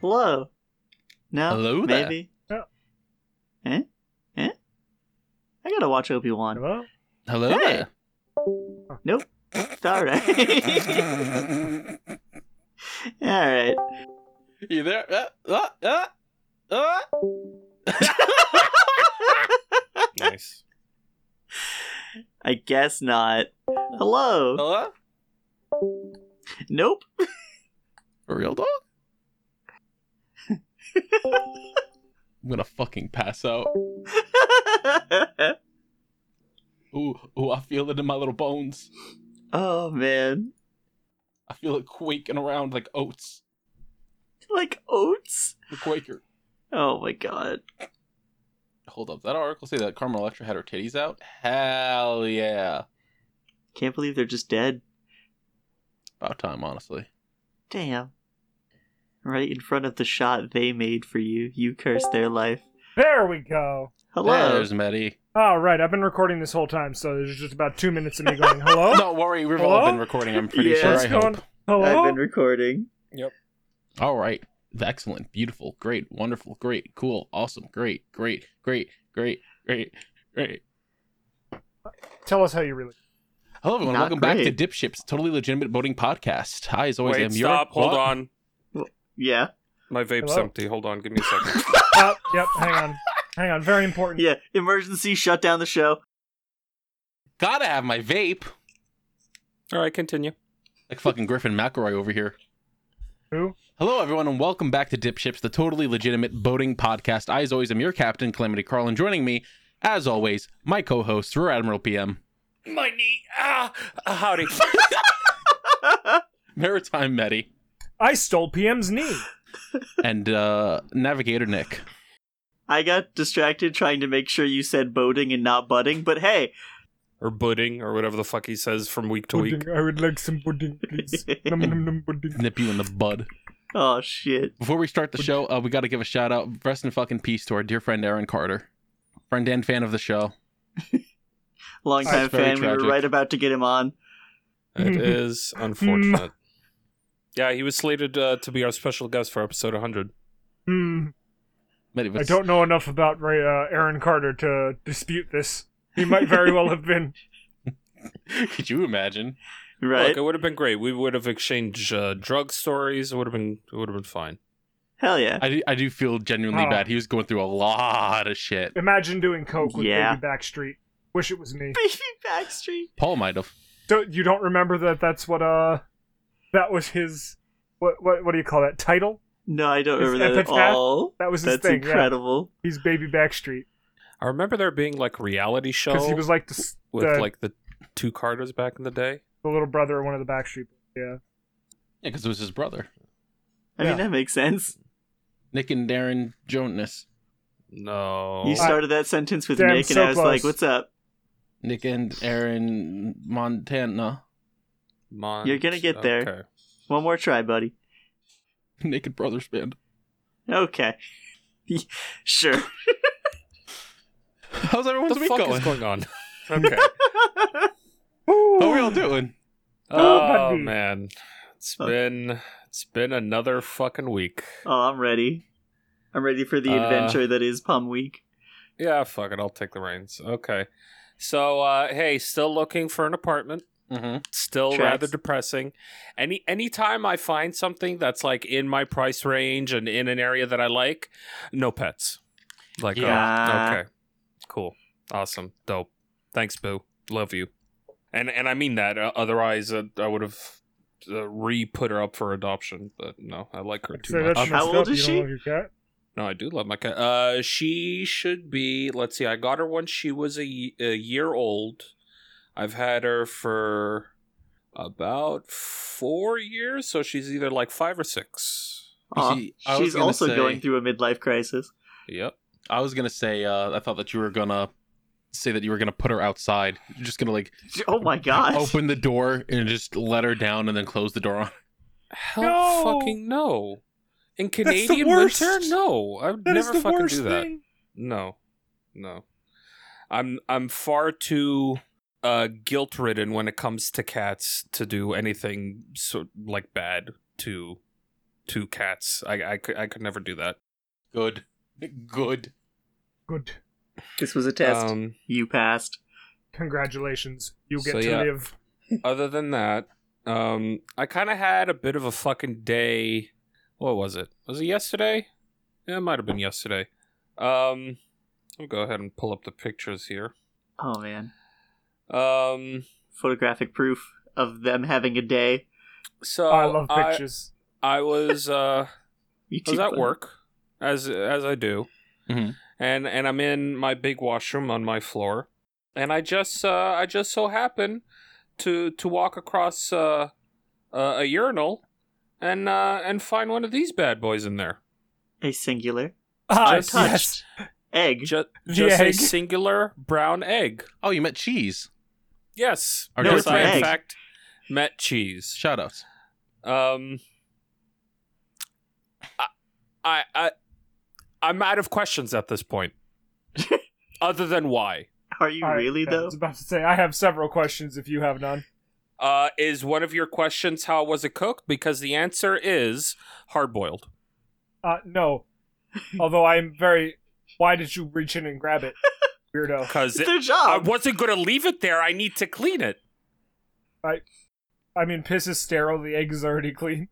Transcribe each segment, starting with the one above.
Hello. No. Hello there. Maybe. Oh. Eh? Eh? I gotta watch Obi Wan. Hello? Hello Hey. there. Nope. All right. All right. You there? Uh, uh, uh, uh. nice. I guess not. Hello. Hello? Nope. A real dog? I'm gonna fucking pass out. Ooh, ooh, I feel it in my little bones. oh man. I feel it quaking around like oats. Like oats. The Quaker. Oh my god. Hold up, that article say that Carmen Electra had her titties out? Hell yeah. Can't believe they're just dead. About time, honestly. Damn. Right in front of the shot they made for you. You cursed their life. There we go. Hello. There's Maddie. All right, I've been recording this whole time, so there's just about two minutes of me going, hello? Don't worry, we've all Hello? been recording, I'm pretty Yeah. sure, What's I hope. going Hello? I've been recording. All right. Excellent. Beautiful. Great. Wonderful. Great. Cool. Awesome. Great. Great. Great. Great. Great. Great. Tell us how you really. Hello, everyone. Not Welcome back to great. Dipships, totally legitimate voting podcast. Hi, as always, Wait, am your. stop. Hold What? on. Yeah. My vape's Hello? empty. Hold on. Give me a second. Oh, yep, hang on. Hang on, very important. Yeah. Emergency shut down the show. Gotta have my vape. All right, continue. Like fucking Griffin McElroy over here. Who? Hello, everyone, and welcome back to Dipships, the totally legitimate boating podcast. I, as always, am your captain, Calamity Carlin. Joining me, as always, my co-host, Rear Admiral PM, My knee. Ah, howdy. Maritime Medi, I stole PM's knee. and uh, Navigator Nick. I got distracted trying to make sure you said boating and not budding, but hey, or budding, or whatever the fuck he says from week to week. I would like some pudding, please. num, num, num, pudding. Nip you in the bud. oh shit. Before we start the show, uh, we got to give a shout out, rest in fucking peace, to our dear friend Aaron Carter, friend and fan of the show. Long time That's very fan, we were tragic. right about to get him on. It is unfortunate. yeah, he was slated uh, to be our special guest for episode 100. Hmm. But it I was- don't know enough about Ray- uh, Aaron Carter to dispute this. He might very well have been. Could you imagine? Right? Look, it would have been great. We would have exchanged uh, drug stories. It would have been. It would have been fine. Hell yeah. I do, I do feel genuinely Oh. bad. He was going through a lot of shit. Imagine doing coke with Yeah. Baby Backstreet. Wish it was me. Baby Backstreet. Paul might have. So you don't remember that? That's what uh, that was his. What what what do you call that title? No, I don't His remember that at epitaph? all. That was his That's thing, yeah. incredible. He's Baby Backstreet I remember there being like a reality show because he was like the, s- with the, like the two Carters back in the day. the little brother of one of the Backstreet. Boys, Yeah. Yeah, because it was his brother, I mean, Yeah. that makes sense. Nick and Darren Jonas. No. You started that sentence with Damn, Nick, and so I was close. like, what's up? Nick and Aaron Montana. Mon- You're gonna get there. okay. One more try, buddy. Naked Brothers Band. Okay. sure. How's everyone's What the week fuck going? is going on? okay. Oh, How are we all doing? Oh, Oh, buddy. man, it's Oh. been it's been another fucking week. oh, I'm ready. I'm ready for the Uh, adventure that is Pum Week. Yeah, fuck it, I'll take the reins. Okay, so uh, hey, still looking for an apartment. Mm-hmm. Still Tracks. rather depressing. Any anytime I find something that's like in my price range and in an area that I like, no pets. Like, oh, Yeah. okay, cool, awesome, dope. Thanks, boo. Love you. And and I mean that. Uh, otherwise, uh, I would have uh, re put her up for adoption. But no, I like her too So much. that's How messed old is up. you she? Don't love your cat. No, I do love my cat. Uh, she should be. Let's see. I got her once she was a, y- a year old. I've had her for about four years, so she's either like five or six. Aw, see, I was she's gonna also say- going through a midlife crisis. Yep. I was gonna say, uh, I thought that you were gonna say that you were gonna put her outside. You're just gonna like Oh my gosh. open the door and just let her down and then close the door on. Hell, No! fucking no. In the Canadian worst. winter, no. I would That is never the fucking worst do that. thing. No, no. I'm I'm far too uh, guilt ridden when it comes to cats to do anything so like bad to to cats. I I could I could never do that. Good, good. Good. This was a test. Um, you passed. Congratulations. You get So, to yeah. live. other than that, um, I kind of had a bit of a fucking day. What was it? Was it yesterday? Yeah, it might have been yesterday. Um, I'll go ahead and pull up the pictures here. Oh man. Um, Photographic proof of them having a day. so I love pictures. I was uh. You I was two- at work, as as I do, Mhm. and and I'm in my big washroom on my floor, and I just uh, I just so happen to to walk across uh, uh, a urinal, and uh, and find one of these bad boys in there. A singular Ah, Just- yes. Mm-hmm. egg. Just The just a egg. singular brown egg. Oh, you met cheese. Yes, Our yes, guest I egg. in fact met cheese. Shout outs. Um, I, I, I, I'm out of questions at this point. Other than why Are you I- really yeah, I though? was about to say I have several questions if you have none. uh, is one of your questions how was it cooked? Because the answer is hard boiled. Uh no. Although I'm very why did you reach in and grab it? Weirdo. Because It's their I job. wasn't gonna leave it there. I need to clean it. I mean piss is sterile, the egg is already clean.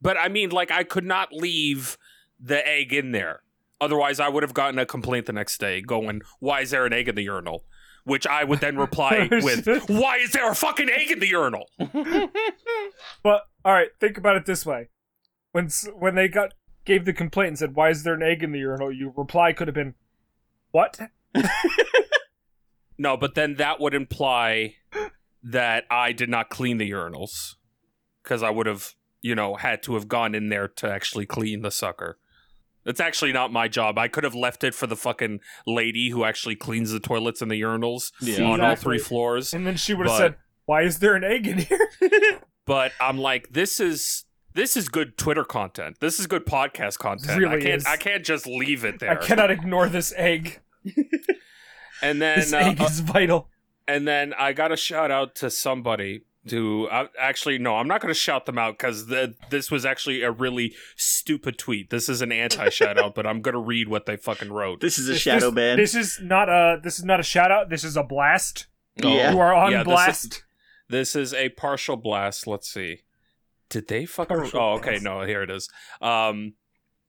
But I mean, like, I could not leave the egg in there. Otherwise, I would have gotten a complaint the next day going, Why is there an egg in the urinal? Which I would then reply with, Why is there a fucking egg in the urinal? But all right, think about it this way: when s- when they got gave the complaint and said, "Why is there an egg in the urinal?" Your reply could have been, "What? No, but then that would imply that I did not clean the urinals because I would have, you know, had to have gone in there to actually clean the sucker. It's actually not my job. I could have left it for the fucking lady who actually cleans the toilets and the urinals Yeah. on all Exactly. three floors. And then she would have But- said, "Why is there an egg in here?" But I'm like, this is this is good Twitter content. This is good podcast content. I Really can't is. I can't just leave it there. I cannot ignore this egg. and then This uh, egg is vital. And then I got a shout out to somebody to I, actually no, I'm not going to shout them out because this was actually a really stupid tweet. This is an anti shout out, but I'm going to read what they fucking wrote. This is a This- shadow this, ban. This is not a this is not a shout out. This is a blast. Yeah. You are on Yeah, this is- blast. This is a partial blast. Let's see. Did they fucking? Partial oh, okay. blast. No, here it is. Um,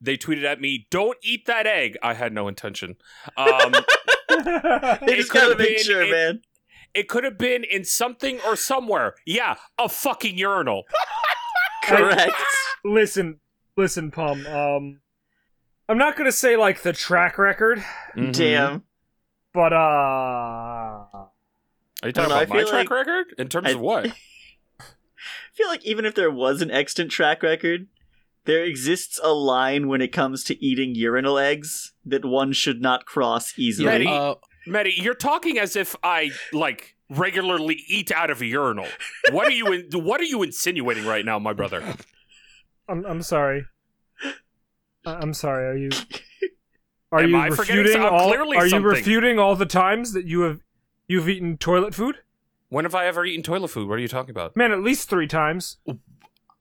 they tweeted at me, "Don't eat that egg." I had no intention. Um, they it just could've gotta make been sure, a- man. it could have been in something or somewhere. Yeah, a fucking urinal. Correct. listen, listen, Pum. Um, I'm not gonna say like the track record, Mm-hmm. Damn. but uh, Are you I don't talking know, I about my feel track like- record in terms I- of what? I feel like even if there was an extant track record, there exists a line when it comes to eating urinal eggs that one should not cross easily. Betty. Uh, Maddie, you're talking as if I like regularly eat out of a urinal. What are you in, what are you insinuating right now, my brother? I'm I'm sorry. I- I'm sorry. Are you are Am you I forgetting refuting some- I'm all? clearly Are you something. refuting all the times that you have you've eaten toilet food? When have I ever eaten toilet food? What are you talking about? Man, at least three times.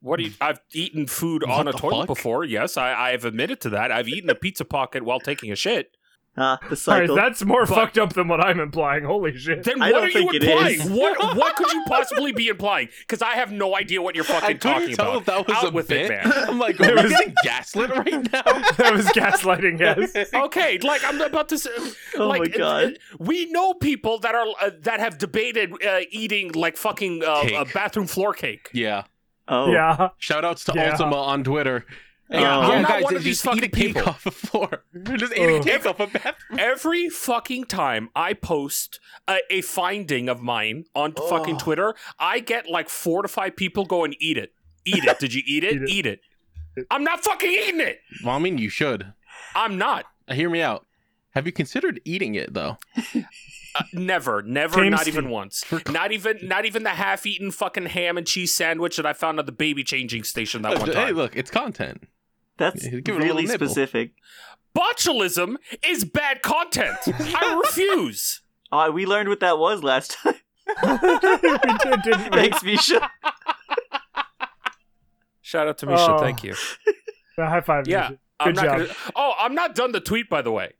What are you, I've eaten food What on a the toilet fuck? before. Yes, I, I have admitted to that. I've eaten a pizza pocket while taking a shit. Ah, the Sorry, cycle. that's more But- fucked up than what I'm implying. Holy shit! Then I what don't are think you it implying? is. What what could you possibly be implying? Because I have no idea what you're I fucking couldn't talking tell about. if that was Out a with bit. it, man. I'm like, are we was- getting gaslit right now? that was gaslighting. Yes. okay, like I'm about to say, Oh like, my God. we know people that are uh, that have debated uh, eating like fucking uh, Cake. uh, bathroom floor cake. Yeah. oh, Yeah. Shout outs to Yeah. Ultima on Twitter. Uh, Yeah, Oh. I'm Yeah, not guys, one of just these eat a fucking cake people. off the floor. just ate a Ugh. cake off a bathroom. Every fucking time I post a, a finding of mine on Oh. fucking Twitter, I get like four to five people going, "Eat it, eat it. Did you eat it? Eat it. eat it." I'm not fucking eating it. Well, I mean, you should. I'm not. Uh, Hear me out. Have you considered eating it though? Uh, never, never, James not Dean. even once. For co- Not even, not even the half-eaten fucking ham and cheese sandwich that I found at the baby changing station that one hey, time. look, it's content. That's Yeah, give it a little really nibble. specific. Botulism is bad content. I refuse. Oh, we learned what that was last time. we did, didn't we? Thanks, Misha. Shout out to Misha, Misha. Oh. thank Thank you. High five. Yeah, Ninja. I'm Good not job. Gonna, oh, I'm not done the tweet by the way.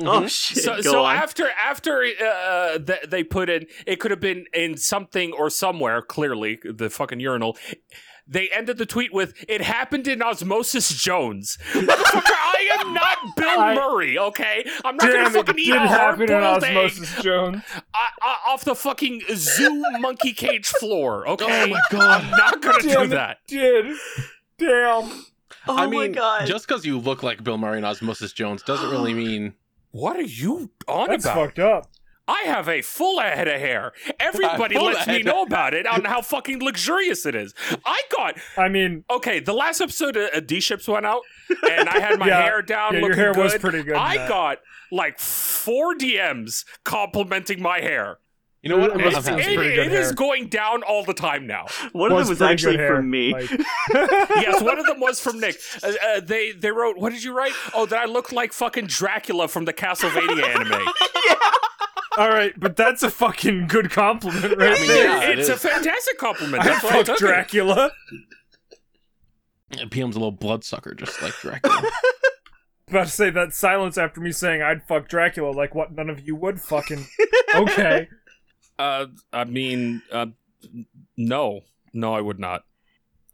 Oh Mm-hmm. Mhm. shit! so, Go so on. after after uh, th- they put in it could have been in something or somewhere clearly the fucking urinal they ended the tweet with it happened in osmosis jones motherfucker i am not bill I- murray okay i'm not Damn, gonna it fucking eat did a happen in hard-boiled egg Osmosis Jones. I, I, off the fucking zoo monkey cage floor Oh okay my god. i'm not gonna Damn do it. that Did. Damn. oh I mean, my god! just because you look like Bill Murray and Osmosis Jones doesn't really mean. what are you on That's about fucked up. i have a full head of hair everybody full lets me head. know about it on how fucking luxurious it is i got I mean, Okay, the last episode of uh, D Ships went out, and I had my Yeah. hair down. yeah, your looking hair good. was pretty good. in I that. got like four DMs complimenting my hair. You know what? I'm, It's- I'm happy. It's, sounds it- pretty good it is hair. going down all the time now. One of them was pretty actually good hair. for me. Like, yes, one of them was from Nick. Uh, uh, they they wrote, "What did you write? Oh, that I look like fucking Dracula from the Castlevania anime." all right, but that's a fucking good compliment right I mean, there. yeah, it it's a is. fantastic compliment. I That's why I fucked took it. Dracula. Yeah, PM's a little bloodsucker, just like Dracula. About to say that silence after me saying I'd fuck Dracula, like what none of you would fucking. Okay. Uh, I mean, uh, n- no, no, I would not.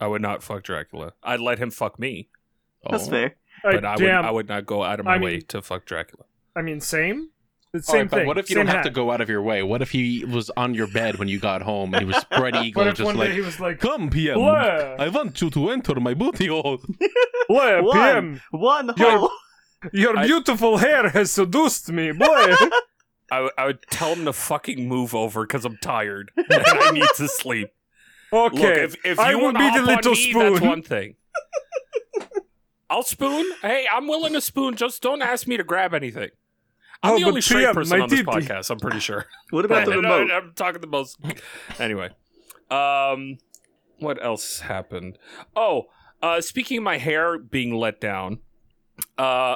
I would not fuck Dracula. I'd let him fuck me. Oh. That's fair. but I, I would, damn. I would not go out of my I mean- way to fuck Dracula. I mean, same. It's All right, same but thing. What if you same don't have hat. to go out of your way? What if he was on your bed when you got home and he was spread eagle, What if just one day like, he was like, "Come, PM, Blair, I want you to enter my booty hole." Blair, One, PM, one You're- hole. your I- beautiful hair has seduced me, Blair. I, w- I would tell him to fucking move over because I'm tired and I need to sleep. Okay, Look, if, if I you will wanna be hop the on little me, spoon. That's one thing. I'll spoon. Hey, I'm willing to spoon. Just don't ask me to grab anything. I'm Oh, the but only straight PM, person my on this titty. podcast. I'm pretty sure. What about the I know, remote? I'm talking the most. Anyway, um, what else happened? Oh, uh, speaking of my hair being let down, uh,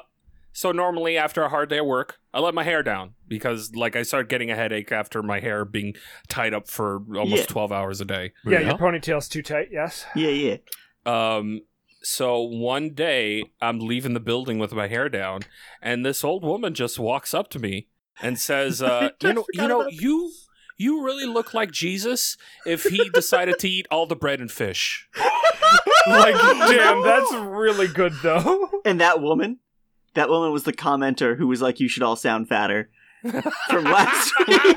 so normally after a hard day at work, I let my hair down because like I started getting a headache after my hair being tied up for almost Yeah. twelve hours a day. yeah, your ponytail's too tight. Yes. Yeah, yeah. Um, so one day I'm leaving the building with my hair down, and this old woman just walks up to me and says, uh, I "You know, forgot you know, about that. you you really look like Jesus if he decided to eat all the bread and fish." Like, damn, that's really good though. And that woman, that woman was the commenter who was like, "You should all sound fatter." From last week.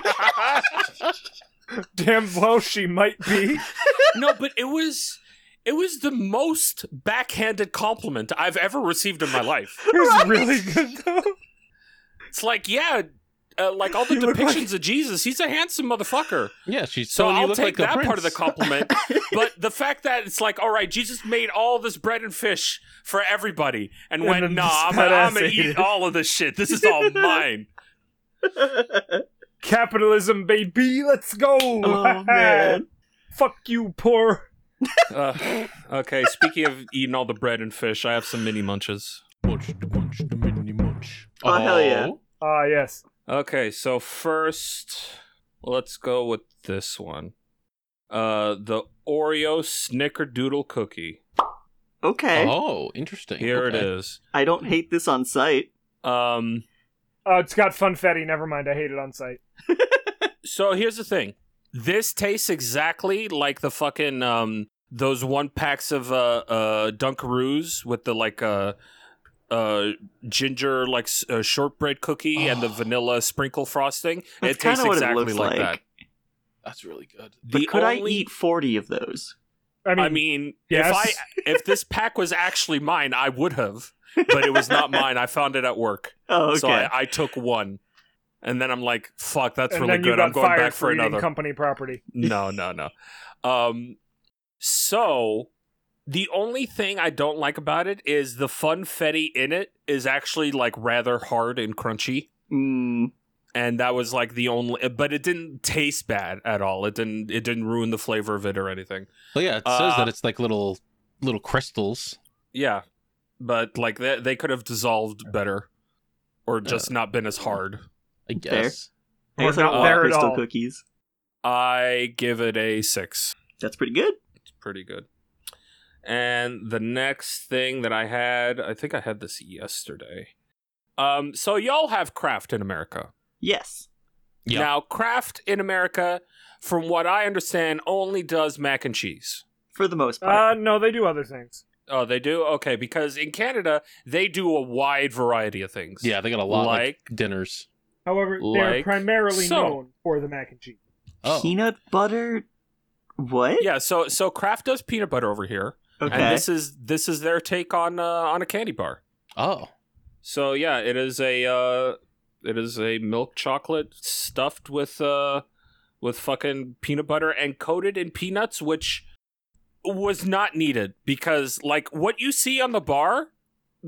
Damn well she might be. no, but it was. It was the most backhanded compliment I've ever received in my life. It was really good though. It's like, yeah, uh, like all the You look like- depictions of Jesus, he's a handsome motherfucker. Yeah, she's So telling you I'll look take like the that prince. part of the compliment. but the fact that it's like, all right, Jesus made all this bread and fish for everybody and, And went, then nah, just I'm, fat I'm ass gonna ate eat it." all of this shit. This is all mine. Capitalism, baby, let's go. oh man. Fuck you, poor. Uh, okay, speaking of eating all the bread and fish, I have some mini munches. Munch, munch, mini munch. Oh, hell yeah. Ah, yes. Okay, so first, let's go with this one. Uh, the Oreo Snickerdoodle cookie. Okay. Oh, interesting. Here it Okay. is. I don't hate this on site. Um, Oh, it's got funfetti. Never mind. I hate it on site. So here's the thing. This tastes exactly like the fucking um those one packs of uh uh Dunkaroos with the like uh uh ginger like s- uh, shortbread cookie and the Oh. vanilla sprinkle frosting. That's it tastes kinda what it exactly looks like, like. that. That's really good. But The could I only- eat forty of those? I mean, I mean, yes. if I if this pack was actually mine, I would have, but it was not mine. I found it at work, Oh, okay. so I, I took one, and then I'm like, "Fuck, that's and really then you good." got I'm going fired back for for eating another. company property. no, no, no. Um, so the only thing I don't like about it is the funfetti in it is actually like rather hard and crunchy, Mm, and that was like the only. But it didn't taste bad at all. It didn't. It didn't ruin the flavor of it or anything. Well, yeah, it says Uh, that it's like little little crystals. Yeah, but like they they could have dissolved better, or just not been as hard. I guess. I We're guess I not don't there like at crystal all. cookies. I give it a six. That's pretty good. It's pretty good. And the next thing that I had, I think I had this yesterday. Um, so y'all have craft in America. Yes. Yeah. Now, craft in America, from what I understand, only does mac and cheese. For the most part. Uh, no, they do other things. Oh, they do? Okay, because in Canada, they do a wide variety of things. Yeah, they got a lot like, Like- dinners. However, they are Like primarily so. known for the mac and cheese. Oh, Peanut butter. What? Yeah, so so Kraft does peanut butter over here. Okay. and this is this is their take on uh, on a candy bar. oh, So yeah, it is a uh, it is a milk chocolate stuffed with uh, with fucking peanut butter and coated in peanuts, which was not needed because like what you see on the bar,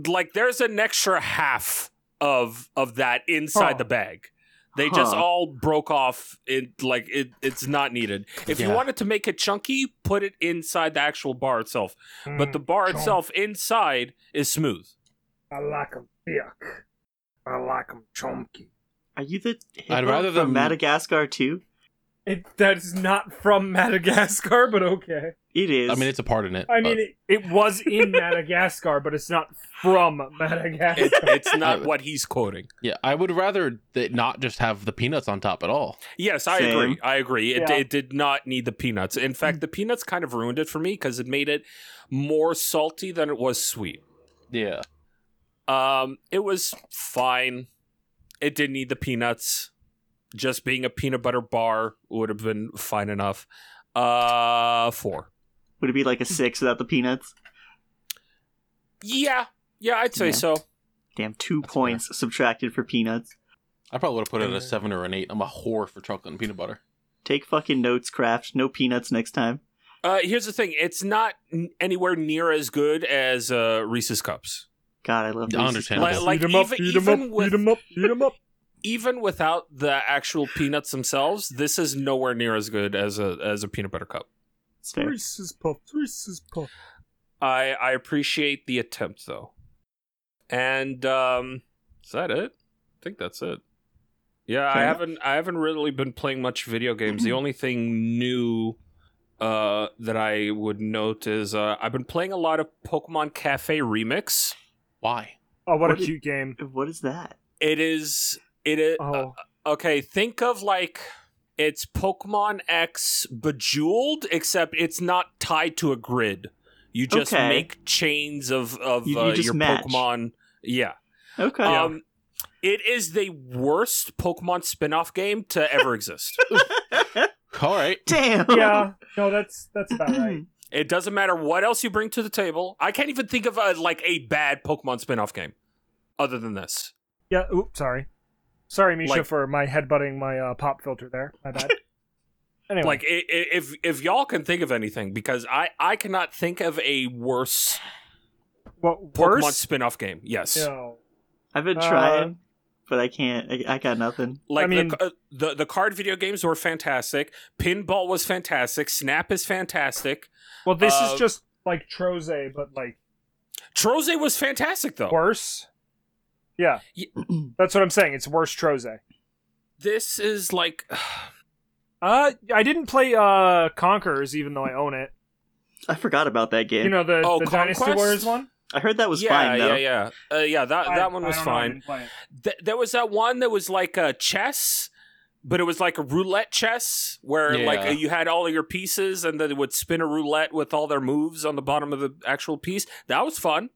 like there's an extra half of of that inside Huh. the bag. They just Huh. all broke off. It like it. It's not needed. If you Yeah. wanted to make it chunky, put it inside the actual bar itself but Mm, the bar chomp. itself inside is smooth. I like 'em thick. I like 'em chunky. Are you the hippo I'd rather from them- Madagascar too? It, that is not from Madagascar, but okay. It is. I mean, it's a part in it. I Uh, but- mean, it, it was in Madagascar, but it's not from Madagascar. It, it's not what he's quoting. yeah, I would rather that not just have the peanuts on top at all. Yes, I Same. agree. I agree. It, Yeah. it did not need the peanuts. In fact, the peanuts kind of ruined it for me because it made it more salty than it was sweet. Yeah, Um, it was fine. It didn't need the peanuts. Just being a peanut butter bar would have been fine enough. Uh, four. Would it be like a six without the peanuts? Yeah, yeah, I'd say Yeah. so. Damn, two That's fair. points subtracted for peanuts. I probably would have put it at a seven or an eight. I'm a whore for chocolate and peanut butter. Take fucking notes, Kraft. No peanuts next time. Uh, here's the thing: it's not n- anywhere near as good as uh, Reese's cups. God, I love I Reese's understand. Cups. Like, like Eat 'em even, up, eat 'em even up, with eat 'em up, eat 'em up. even without the actual peanuts themselves, this is nowhere near as good as a as a peanut butter cup. It's fair. Reese's Puff, Reese's Puff. I I appreciate the attempt though. And um is that it? I think that's it. Yeah, I Fair haven't I haven't really been playing much video games. the only thing new uh that I would note is uh I've been playing a lot of Pokemon Cafe Remix. Why? Oh, what, What a did- cute game. What is that? It is it is Oh, Okay, think of like it's Pokemon X Bejeweled, except it's not tied to a grid. You just Okay. make chains of of You- you uh, just your match. Pokemon. Yeah. Okay. Um, it is the worst Pokemon spin-off game to ever exist. All right. Damn. yeah. No, that's that's about right. it doesn't matter what else you bring to the table. I can't even think of a, like a bad Pokemon spin-off game other than this. Yeah. Oops, sorry. Sorry, Misha, Like- for my headbutting my uh, pop filter there. My bad. Anyway, Like i- i- if if y'all can think of anything because I I cannot think of a worse what Pokemon worse? spin-off game. Yes. No. I've been Uh, trying, but I can't. I, I got nothing. Like I mean- the, uh, the the card video games were fantastic. Pinball was fantastic. Snap is fantastic. Well, this Uh, is just like Troze, but like Troze was fantastic though. worse. Yeah, that's what I'm saying. It's worse Troze. This is like Uh, I didn't play uh Conquerors, even though I own it. I forgot about that game. You know the, Oh, the Dynasty Conquest? Warriors one. I heard that was yeah, fine though. yeah, yeah, Uh, yeah. That I- that one I was don't know, I fine. didn't play it. Th- there was that one that was like a chess, but it was like a roulette chess where Yeah. like uh, you had all of your pieces and then it would spin a roulette with all their moves on the bottom of the actual piece. That was fun.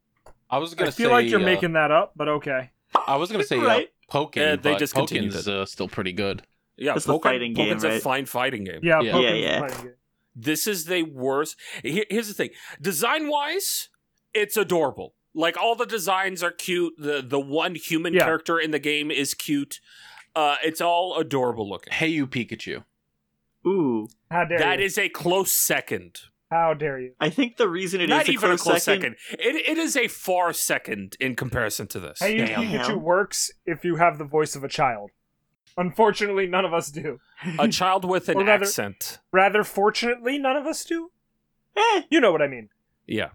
I was I gonna feel say, like you're uh, making that up, but okay. I was gonna say Right. uh, Pokken. Yeah, they but discontinued Pokken's it. uh, still pretty good. Yeah, That's the Pokken- fighting game, Pokken's a right? fine fighting game. Yeah, Yeah. Pokemon's Yeah, yeah. playing it. This is the worst. Here- Here's the thing. Design wise, it's adorable. Like all the designs are cute. The the one human Yeah. character in the game is cute. Uh, it's all adorable looking. Hey, you Pikachu. Ooh, How dare That you? is a close second. How dare you? I think the reason it is Not a even close a close second. second. It, it is a far second in comparison to this. Hey, you Damn. Pikachu works if you have the voice of a child. Unfortunately, none of us do. A child with an Or rather- accent. Rather, fortunately, none of us do. Eh, You know what I mean. Yeah.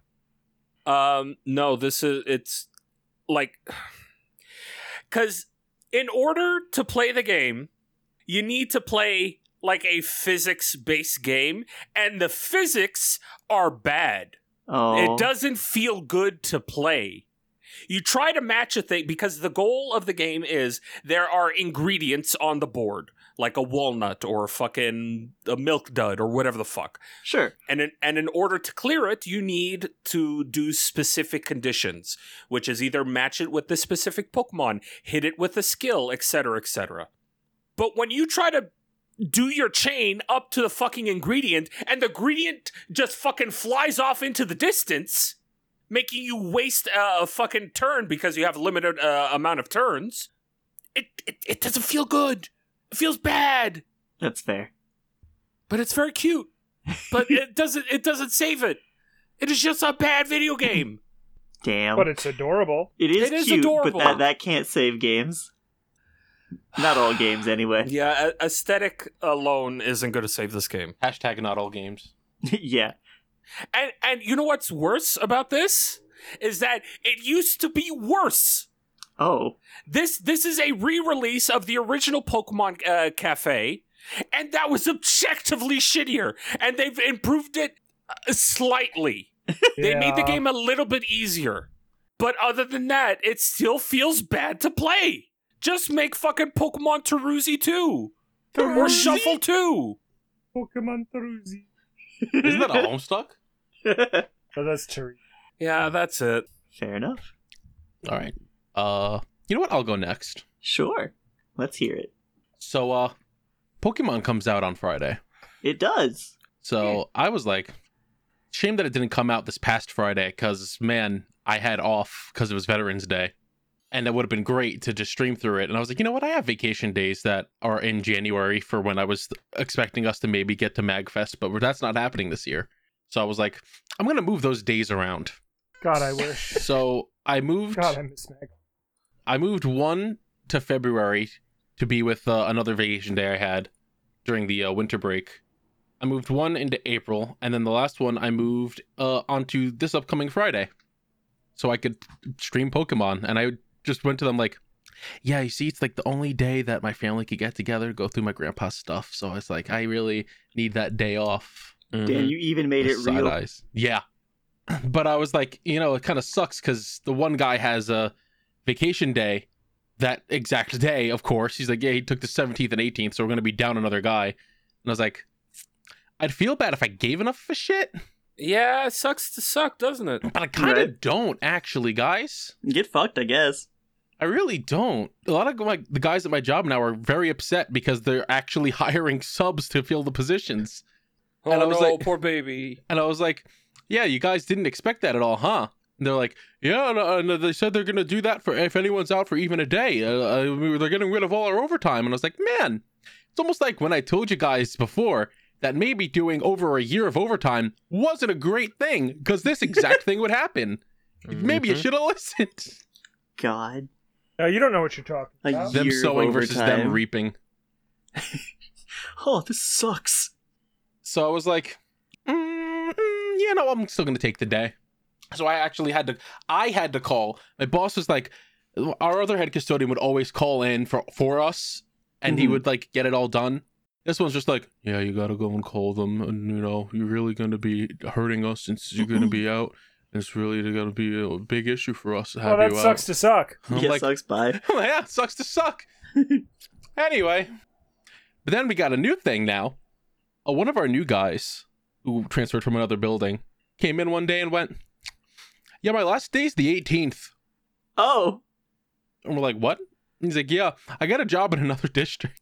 Um no, this is it's like cuz in order to play the game, you need to play like a physics-based game and the physics are bad. oh, It doesn't feel good to play. You try to match a thing because the goal of the game is there are ingredients on the board, like a walnut or a fucking a milk dud or whatever the fuck. Sure. And in, and in order to clear it, you need to do specific conditions, which is either match it with the specific Pokemon, hit it with a skill, etc., etc. But when you try to do your chain up to the fucking ingredient, and the ingredient just fucking flies off into the distance, making you waste a, a fucking turn because you have a limited uh, amount of turns, it, it it doesn't feel good. It feels bad That's fair. but it's very cute. But it doesn't it doesn't save it. It is just a bad video game. Damn. But it's adorable. it is, it is cute, adorable. but that, that can't save games. Not all games, anyway. Yeah, a- aesthetic alone isn't going to save this game. Hashtag not all games. yeah. And and you know what's worse about this is that it used to be worse. Oh. This this is a re-release of the original Pokemon uh, Cafe, and that was objectively shittier. And they've improved it uh, slightly. They made the Yeah. game a little bit easier. But other than that, it still feels bad to play. Just make fucking Pokemon Teruzzi 2 or Taruzzi? Shuffle 2. Pokemon Taruzzi. Isn't that a Homestuck? Oh, that's Terry. Yeah, that's it. fair enough. All right. Uh, you know what? I'll go next. Sure. Let's hear it. So, uh, Pokemon comes out on Friday. It does. So I was like, shame that it didn't come out this past Friday because, man, I had off because it was Veterans Day. And it would have been great to just stream through it. And I was like, you know what? I have vacation days that are in January for when I was expecting us to maybe get to MagFest, but that's not happening this year. So I was like, I'm going to move those days around. God, I wish. So I moved. God, I miss Mag. I moved one to February to be with uh, another vacation day I had during the uh, winter break. I moved one into April, and then the last one I moved uh, onto this upcoming Friday, so I could stream Pokemon. And I just went to them like, "Yeah, you see, it's like the only day that my family could get together, go through my grandpa's stuff. So it's like I really need that day off." Damn, you even made it Mm-hmm. Side real. eyes. Yeah. But I was like, you know, it kind of sucks because the one guy has a vacation day that exact day, of course. He's like, yeah, he took the 17th and 18th, so we're going to be down another guy. And I was like, I'd feel bad if I gave enough of a shit, Yeah, it sucks to suck, doesn't it? but I kind of Right. don't, actually, guys. Get fucked, I guess. I really don't. A lot of like the guys at my job now are very upset because they're actually hiring subs to fill the positions. Oh, And I was no, like- poor baby. And I was like, yeah, you guys didn't expect that at all, huh? And they're like, yeah, no, no, they said they're going to do that for if anyone's out for even a day. Uh, uh, we- they're getting rid of all our overtime. And I was like, man, it's almost like when I told you guys before that maybe doing over a year of overtime wasn't a great thing because this exact thing would happen. Maybe you Mm-hmm. Mm-hmm. should have listened. God. No, you don't know what you're talking A about. Them year of sowing versus them overtime. reaping. Oh, this sucks. So I was like, mm, mm, you know, I'm still gonna take the day. So I actually had to, I had to call. My boss was like, our other head custodian would always call in for for us, and he Mm-hmm. Mhm. would like get it all done. This one's just like, yeah, you gotta go and call them, and you know, you're really gonna be hurting us since you're Mm-hmm. gonna be out. It's really gonna be a big issue for us to Oh, have that you uh, sucks out. to suck. I'm yeah, like, sucks. Bye. I'm like, yeah, it sucks to suck. anyway, but then we got a new thing now. Uh, one of our new guys who transferred from another building came in one day and went, "Yeah, my last day's the 18th." Oh, And we're like, "What?" And he's like, "Yeah, I got a job in another district."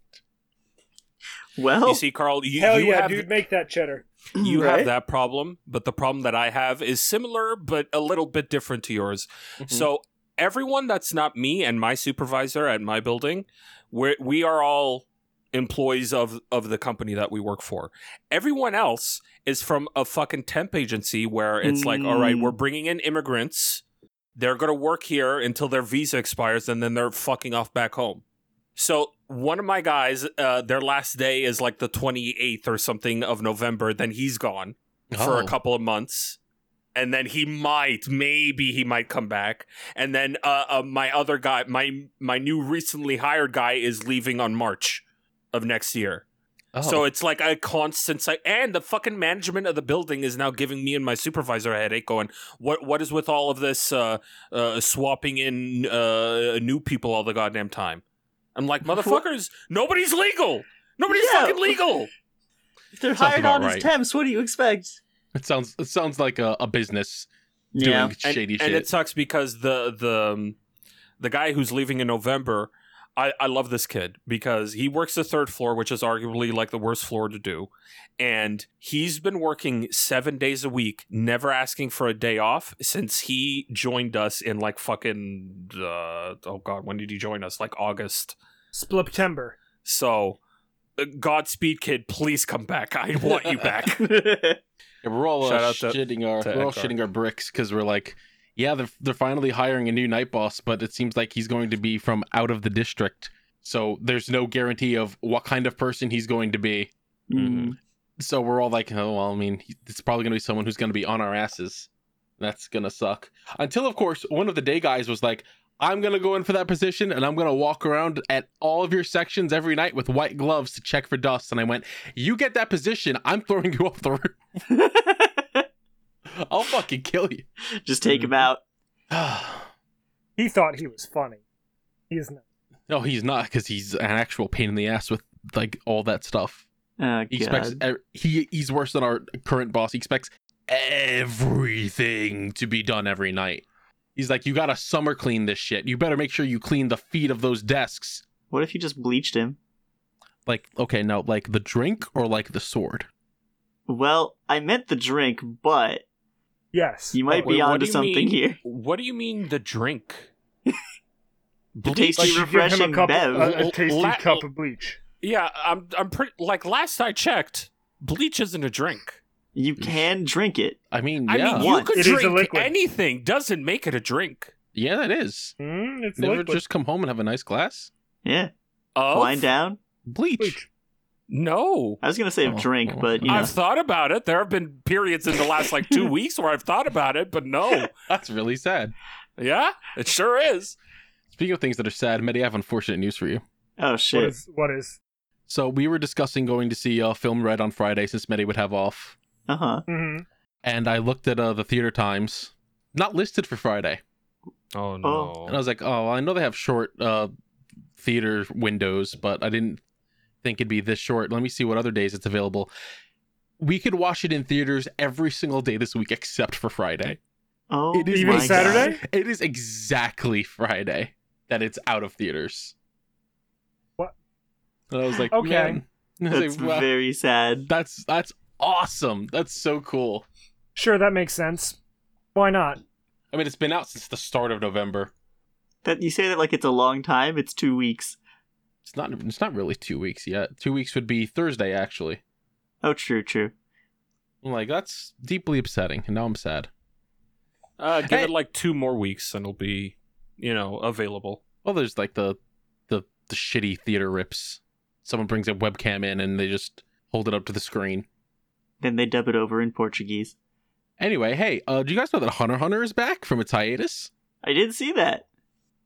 Well, You see, Carl, you, Hell you yeah, have dude, make that cheddar. you Mm-hmm. right? have that problem, but the problem that I have is similar but a little bit different to yours. Mm-hmm. Mhm. So everyone that's not me and my supervisor at my building, we we are all employees of of the company that we work for. Everyone else is from a fucking temp agency where it's like, all right, Mm. we're bringing in immigrants. They're going to work here until their visa expires and then they're fucking off back home. So one of my guys, uh, their last day is like the 28th or something of November. Then he's gone for a Oh. couple of months. And then he might, maybe he might come back. And then uh, uh, my other guy, my my new recently hired guy, is leaving on March of next year. Oh. So it's like a constant. cy- And the fucking management of the building is now giving me and my supervisor a headache. Going, what what is with all of this uh, uh, swapping in uh, new people all the goddamn time? I'm like, motherfuckers, nobody's legal. Nobody's Yeah. fucking legal. they're Sounds hired about on as right. temps. What do you expect? it sounds it sounds like a, a business doing Yeah, and, shady and shit. it sucks because the the um, the guy who's leaving in November, I, I love this kid because he works the third floor, which is arguably like the worst floor to do, and he's been working seven days a week, never asking for a day off since he joined us in like fucking uh, oh god, when did he join us? Like August. Spliptember. So, uh, Godspeed, kid. Please come back. I want you back. Yeah, we're all uh, Shout out to- shitting our to we're all Edgar. shitting our bricks because we're like, yeah, they're they're finally hiring a new night boss, but it seems like he's going to be from out of the district, so there's no guarantee of what kind of person he's going to be. Mm. So we're all like, oh well, I mean, he- it's probably going to be someone who's going to be on our asses. That's gonna suck. Until of course, one of the day guys was like, I'm gonna go in for that position and I'm gonna walk around at all of your sections every night with white gloves to check for dust. And I went, you get that position, I'm throwing you off the roof. Mm. I'll fucking kill you. Just take Mm-hmm. him out. He thought he was funny. He is not. no, he's not because he's an actual pain in the ass with like all that stuff. Oh, He God. expects e- he he's worse than our current boss. He expects everything to be done every night. He's like, you gotta summer clean this shit. You better make sure you clean the feet of those desks. What if you just bleached him? Like, okay, now like the drink or like the sword. Well, I meant the drink, but Yes. you might Wait, be what onto do you something mean? here. what do you mean the drink? The Bleach. tasty, you give him a refreshing cup- bev. A, a tasty La- cup of bleach. Yeah, I'm I'm pretty like last I checked, bleach isn't a drink. you can drink it. I mean, I yeah, mean, you Once. could It is a drink liquid. anything, doesn't make it a drink. yeah, that is. Mm, it's Never liquid. just come home and have a nice glass Yeah, Of? wine down. bleach. bleach. No. I was gonna say Oh, drink, oh, but you know, I've thought about it. There have been periods in the last like two weeks where I've thought about it, but no. That's really sad. Yeah, it sure is. Speaking of things that are sad, Medi, I have unfortunate news for you. oh What shit, is? What is? So we were discussing going to see uh, Film Red on Friday since Medi would have off, uh huh. hmm and I looked at uh, the theater times, not listed for Friday, Oh no. and I was like, oh, well, I know they have short uh, theater windows, but I didn't think it'd be this short. Let me see what other days it's available. We could watch it in theaters every single day this week except for Friday. Oh, It is my Even God. Saturday? It is exactly Friday that it's out of theaters. What? And I was like, Okay. okay, That's very sad. that's that's awesome. That's so cool. Sure, that makes sense. Why not? I mean, it's been out since the start of November. That you say that like it's a long time. It's two weeks. It's not. It's not really two weeks yet. Two weeks would be Thursday, actually. Oh, true, true. I'm like, that's deeply upsetting, and now I'm sad. Uh, give Hey. it like two more weeks and it'll be, you know, available. Well, there's like the, the the shitty theater rips. Someone brings a webcam in and they just hold it up to the screen. Then they dub it over in Portuguese. Anyway, hey, uh, do you guys know that Hunter x Hunter is back from its hiatus? I did see that.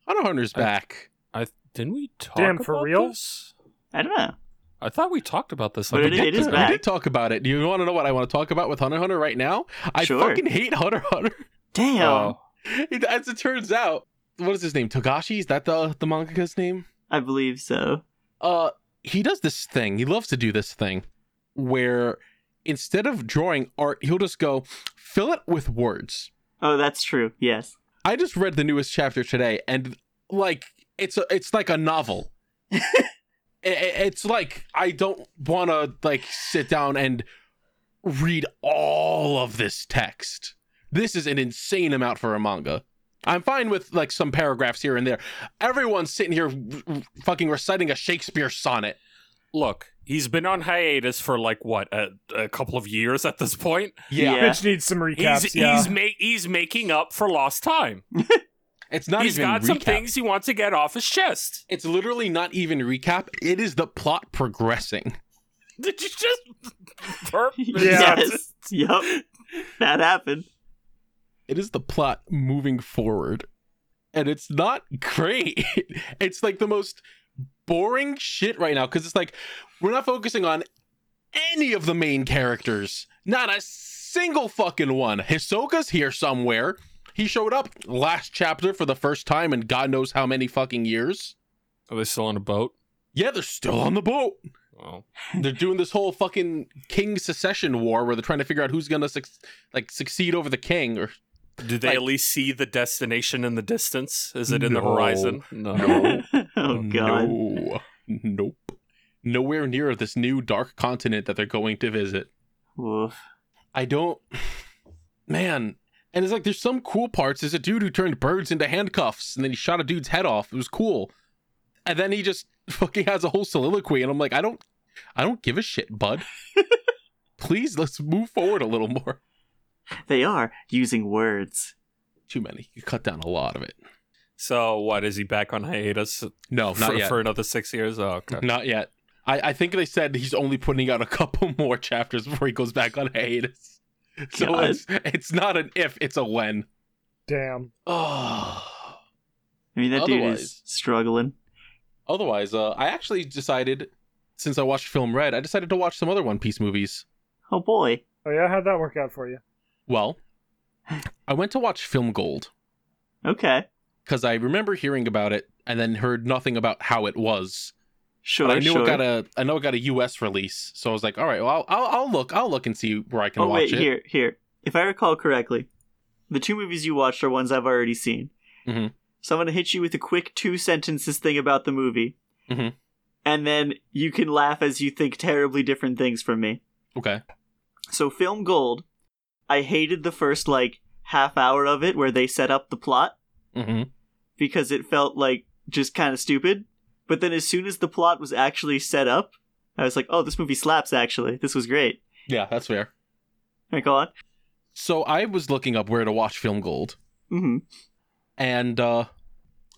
Hunter x Hunter's I- back. I didn't we talk Damn, for about real? this? I don't know. I thought we talked about this. But like, it- it is we back. did talk about it. Do you want to know what I want to talk about with Hunter x Hunter right now? I Sure. fucking hate Hunter x Hunter. Damn. Oh, It- As it turns out, what is his name? Togashi? Is that the the manga's name? I believe so. Uh, he does this thing. He loves to do this thing where instead of drawing art, he'll just go fill it with words. Oh, that's true. Yes. I just read the newest chapter today, and like it's a, it's like a novel. it, it's like I don't want to like sit down and read all of this text. This is an insane amount for a manga. I'm fine with like some paragraphs here and there. Everyone's sitting here r- r- fucking reciting a Shakespeare sonnet. Look, he's been on hiatus for like what a, a couple of years at this point. Yeah. Bitch needs some recaps. he's yeah. he's, ma- he's making up for lost time. It's not he's even got recap. some things he wants to get off his chest. It's literally not even recap. It is the plot progressing. Did you just burp? Yeah. Yes. yep. That happened. It is the plot moving forward. And it's not great. It's like the most boring shit right now cuz it's like we're not focusing on any of the main characters. Not a single fucking one. Hisoka's here somewhere. He showed up last chapter for the first time in God knows how many fucking years. Are they still on a boat? Yeah, they're still on the boat. Oh. they're doing this whole fucking king secession war where they're trying to figure out who's gonna suc like succeed over the king or Did they Like- at least see the destination in the distance? Is it in the No. horizon? No. oh god. no nope nowhere near this new dark continent that they're going to visit Woof. i don't man and it's like there's some cool parts there's a dude who turned birds into handcuffs and then he shot a dude's head off it was cool and then he just fucking has a whole soliloquy and i'm like i don't i don't give a shit bud please let's move forward a little more They are using words. too many you cut down a lot of it So what is he back on hiatus no not for, yet for another six years? Oh, okay. Not yet. I, I think they said he's only putting out a couple more chapters before he goes back on hiatus. So God. it's, it's not an if, it's a when. Damn. Oh. I mean that dude Otherwise- is struggling. Otherwise, uh, I actually decided, since I watched Film Red, I decided to watch some other One Piece movies. Oh boy. Oh yeah, how'd that work out for you? Well, I went to watch Film Gold Okay. because I remember hearing about it and then heard nothing about how it was. Sure. but I knew sure. it got a, I know it got a U.S. release, so I was like, all right, well, I'll, I'll, I'll look, I'll look and see where I can oh watch wait, it. here, here. If I recall correctly, the two movies you watched are ones I've already seen. Mhm. So I'm gonna hit you with a quick two sentences thing about the movie, Mhm. and then you can laugh as you think terribly different things from me. Okay. So film gold, I hated the first like half hour of it where they set up the plot Mm-hmm. because it felt like just kind of stupid. But then as soon as the plot was actually set up, I was like, oh, this movie slaps. Actually, this was great. Yeah, that's fair. Right, go on. So I was looking up where to watch Film Gold, Mm-hmm. and uh, I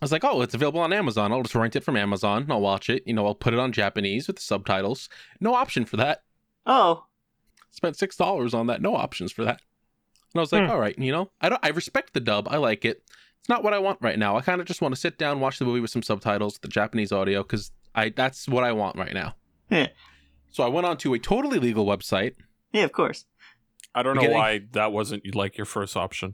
was like, "Oh, it's available on Amazon. I'll just rent it from Amazon. I'll watch it. You know, I'll put it on Japanese with the subtitles. No option for that. Oh, Spent six dollars on that. No options for that." And I was like, Hmm. "All right, you know, I don't. I respect the dub. I like it. It's not what I want right now. I kind of just want to sit down, watch the movie with some subtitles, the Japanese audio, because I that's what I want right now." Yeah. So I went onto a totally legal website. yeah, of course. I don't know Beginning. why that wasn't like your first option.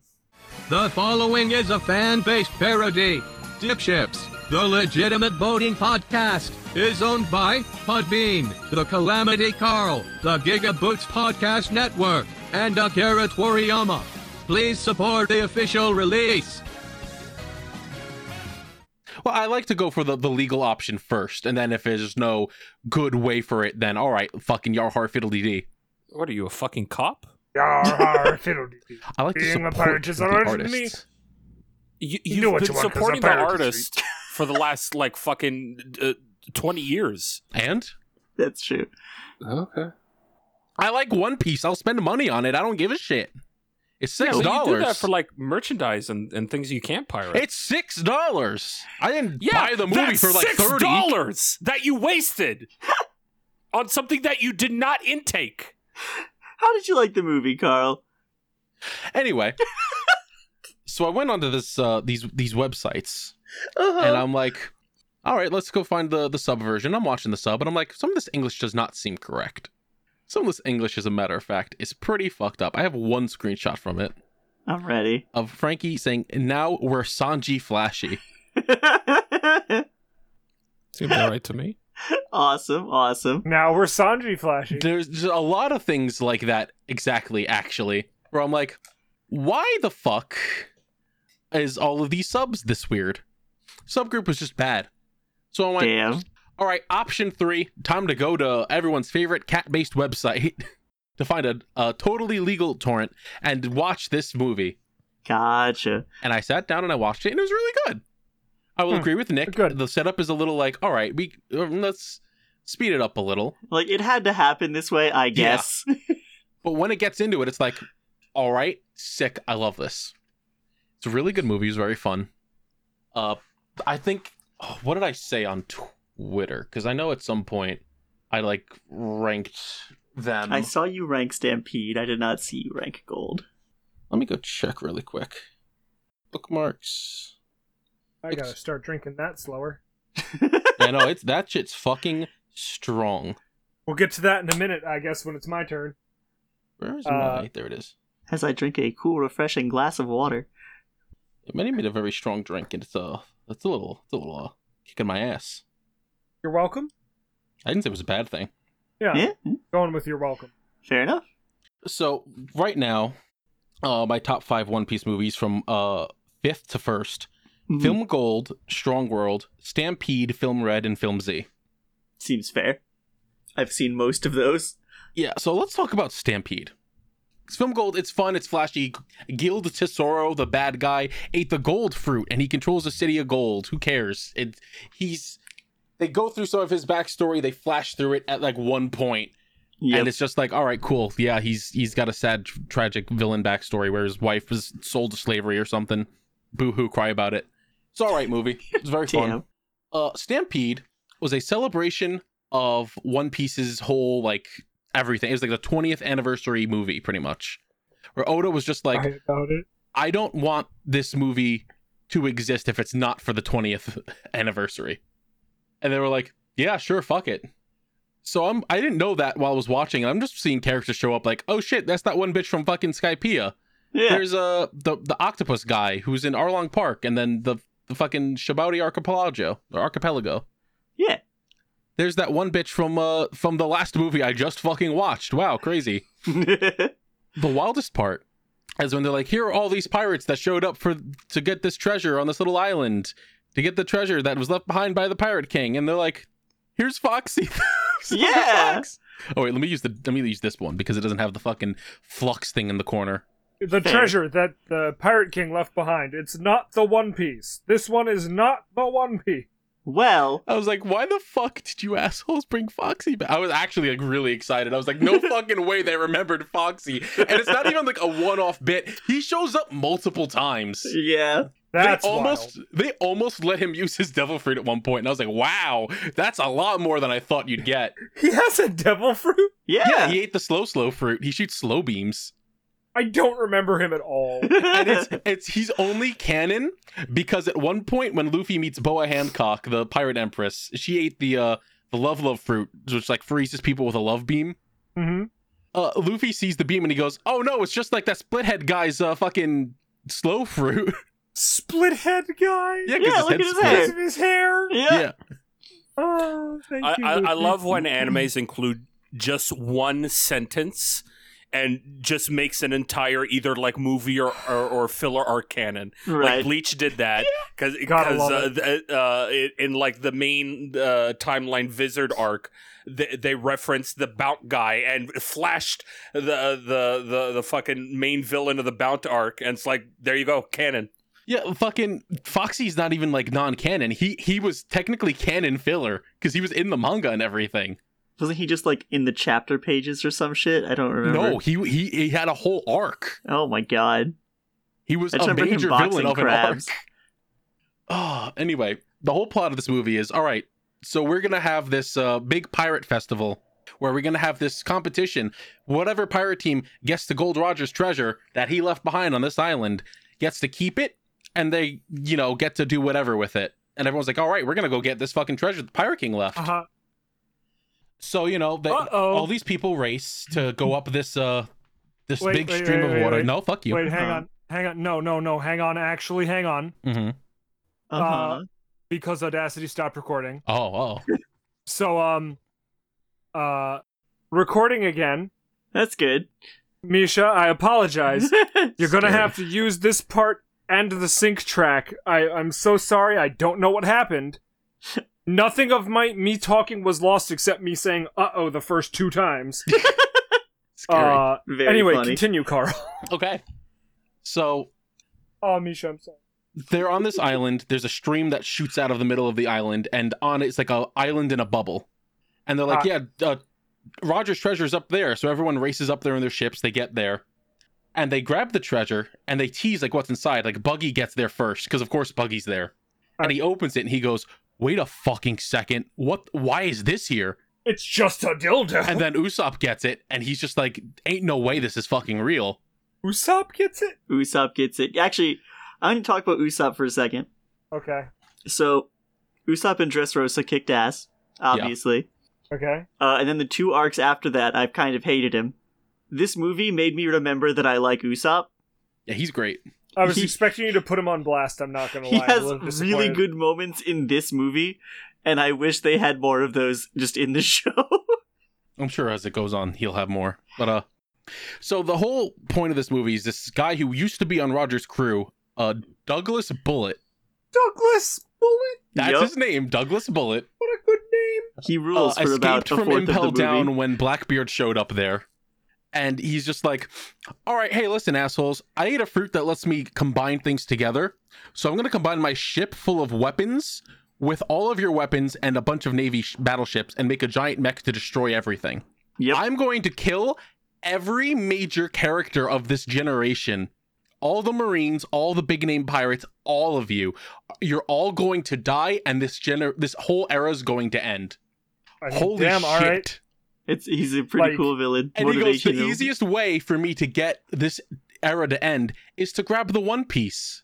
The following is a fan-based parody. Dipships, the legitimate boating podcast, is owned by Podbean, the Calamity Carl, the Gigaboots Podcast Network, and Akira Toriyama. Please support the official release. Well, I like to go for the, the legal option first, and then if there's no good way for it, then all right, fucking yar har fiddle dee dee. What are you, a fucking cop? Yar har fiddle-dee-dee. I like to Being a support pirate is the an art to me. artists. You, You you've know what been you want, 'cause I'm supporting the proud of this artist for the last like fucking uh, twenty years. And That's true. Okay. I like One Piece. I'll spend money on it. I don't give a shit. It's six so you do dollars. that for like merchandise and, and things you can't pirate. it's six dollars. I didn't yeah, buy the movie that's for like six thirty. dollars that you wasted on something that you did not intake. How did you like the movie, Carl? Anyway, so I went onto this uh, these these websites, and I'm like, all right, let's go find the the sub version. I'm watching the sub, and I'm like, some of this English does not seem correct. Some of this English, as a matter of fact, is pretty fucked up. I have one screenshot from it I'm ready. of Frankie saying, "Now we're Sanji flashy." Seems all right to me. awesome, awesome. Now we're Sanji flashing. There's just a lot of things like that exactly, actually, where I'm like, why the fuck is all of these subs this weird? Subgroup was just bad. So I went, Damn. All right, option three. Time to go to everyone's favorite cat-based website to find a, a totally legal torrent and watch this movie. Gotcha. And I sat down and I watched it, and it was really good. I will Hmm, agree with Nick. good. The setup is a little like, all right, we uh, let's speed it up a little. Like it had to happen this way, I guess. But when it gets into it, it's like, all right, sick. I love this. It's a really good movie. It's very fun. Uh, I think. oh, what did I say on Twitter? Because I know at some point I like ranked them. I saw you rank Stampede. I did not see you rank Gold. Let me go check really quick. Bookmarks. I gotta start drinking that slower. I know it's that shit's fucking strong. We'll get to that in a minute, I guess, when it's my turn. Where is Uh, my? There it is. As I drink a cool, refreshing glass of water. Many made a very strong drink, and it's uh, it's a little, it's a little uh, kicking my ass. You're welcome. I didn't say it was a bad thing. Yeah, Yeah, mm, going with you're welcome. fair enough. so right now uh my top five one piece movies from uh fifth to 1st Mhm. film gold strong world stampede film red and film z Seems fair. I've seen most of those. yeah so let's talk about stampede 'Cause film gold it's fun it's flashy guild tesoro the bad guy ate the gold fruit and he controls the city of gold who cares it he's they go through some of his backstory they flash through it at like one point Yep. and it's just like all right cool yeah he's he's got a sad tr- tragic villain backstory where his wife was sold to slavery or something boo-hoo cry about it it's all right movie it's very fun Damn. uh stampede was a celebration of one piece's whole like everything it was like the 20th anniversary movie pretty much where oda was just like Sorry about it. i don't want this movie to exist if it's not for the 20th anniversary and they were like yeah sure fuck it so i'm i didn't know that while i was watching i'm just seeing characters show up like oh shit that's that one bitch from fucking skypea Yeah. there's uh the the octopus guy who's in arlong park and then the the fucking shibaudi archipelago or archipelago Yeah. there's that one bitch from uh from the last movie i just fucking watched wow crazy the wildest part is when they're like, here are all these pirates that showed up for to get this treasure on this little island, to get the treasure that was left behind by the pirate king, and they're like, here's Foxy. So there's Yeah. Fox. Oh wait, let me use the let me use this one because it doesn't have the fucking flux thing in the corner. The Fair. treasure that the Pirate King left behind. It's not the One Piece. This one is not the One Piece. well, I was like, why the fuck did you assholes bring Foxy back? I was actually like really excited. I was like, no fucking way they remembered Foxy. And it's not even like a one-off bit. He shows up multiple times. yeah. That's they almost almost they almost let him use his devil fruit at one point, and I was like, "Wow, that's a lot more than I thought you'd get." he has a devil fruit. Yeah. Yeah, he ate the slow slow fruit. He shoots slow beams, I don't remember him at all. and it's it's he's only canon because at one point when Luffy meets Boa Hancock, the pirate empress, she ate the uh the love love fruit, which like freezes people with a love beam. mm-hmm. Uh, Luffy sees the beam and he goes, "Oh no, it's just like that split head guy's uh fucking slow fruit." Split head guy. yeah, 'cause Yeah, look at his split. hair. Because of his hair. yeah. yeah. Oh, thank I, you. I, I Luffy. love when animes include just one sentence and just makes an entire either like movie or, or, or filler or canon. Like Right. Bleach did that because Gotta love uh, it. th- uh, it- in like the main uh, timeline Vizard arc, they, they referenced the Bount guy and flashed the, the the the fucking main villain of the Bount arc, and it's like there you go, canon. Yeah, fucking Foxy's not even like non-canon. He he was technically canon filler because he was in the manga and everything. Wasn't he just like in the chapter pages or some shit? I don't remember. No, he he he had a whole arc. Oh my god. He was I just a remember him major boxing villain of crabs. an arc. Oh, anyway, the whole plot of this movie is all right. So we're gonna have this uh, big pirate festival where we're gonna have this competition. Whatever pirate team gets the Gold Rogers treasure that he left behind on this island gets to keep it, and they you know get to do whatever with it. And everyone's like, all right, we're gonna go get this fucking treasure the Pirate King left. Uh-huh. So you know, they, Uh-oh. all these people race to go up this uh this Wait, big wait, stream wait, of wait, water. wait. No, fuck you. Wait, hang Uh-huh. on. Hang on. No, no, no. Hang on. Actually, hang on. Uh, hmm Uh, Uh-huh. Because Audacity stopped recording. Oh, oh. So, um, uh, recording again. That's good. Misha, I apologize. You're gonna Scary. have to use this part and the sync track. I, I'm so sorry. I don't know what happened. Nothing of my me talking was lost except me saying "uh oh" the first two times. Scary. Uh, Very anyway, funny. continue, Carl. okay. So Oh, Misha, I'm sorry. they're on this island. There's a stream that shoots out of the middle of the island, and on it, it's like a island in a bubble. And they're like, yeah, uh, Roger's treasure's up there. So everyone races up there in their ships. They get there, and they grab the treasure, and they tease like what's inside. Like Buggy gets there first, because of course Buggy's there, and he opens it and he goes, "Wait a fucking second! What? Why is this here?" It's just a dildo. And then Usopp gets it, and he's just like, "Ain't no way this is fucking real." Usopp gets it. Usopp gets it. Actually, I'm going to talk about Usopp for a second. Okay. So, Usopp and Dressrosa kicked ass, obviously. Okay. Uh, and then the two arcs after that, I've kind of hated him. This movie made me remember that I like Usopp. Yeah, he's great. I was He- expecting you to put him on blast. I'm not gonna lie. He I'm a little has really disappointed. good moments in this movie, and I wish they had more of those just in the show. I'm sure as it goes on, he'll have more. But uh, so the whole point of this movie is this guy who used to be on Roger's crew, uh, Douglas Bullet. Douglas Bullet. That's Yup. his name, Douglas Bullet. What a good name. He Uh, rules for about escaped a from fourth of the Impel movie. Down when Blackbeard showed up there, and he's just like, "All right, hey, listen, assholes, I ate a fruit that lets me combine things together, so I'm gonna combine my ship full of weapons." With all of your weapons and a bunch of navy sh- battleships, and make a giant mech to destroy everything. Yep. I'm going to kill every major character of this generation. All the Marines, all the big name pirates, all of you. You're all going to die, and this gener- this whole era is going to end. I mean, Holy damn, shit. All right. It's he's a pretty Like- cool villain. And he goes, the Motivational. easiest way for me to get this era to end is to grab the One Piece.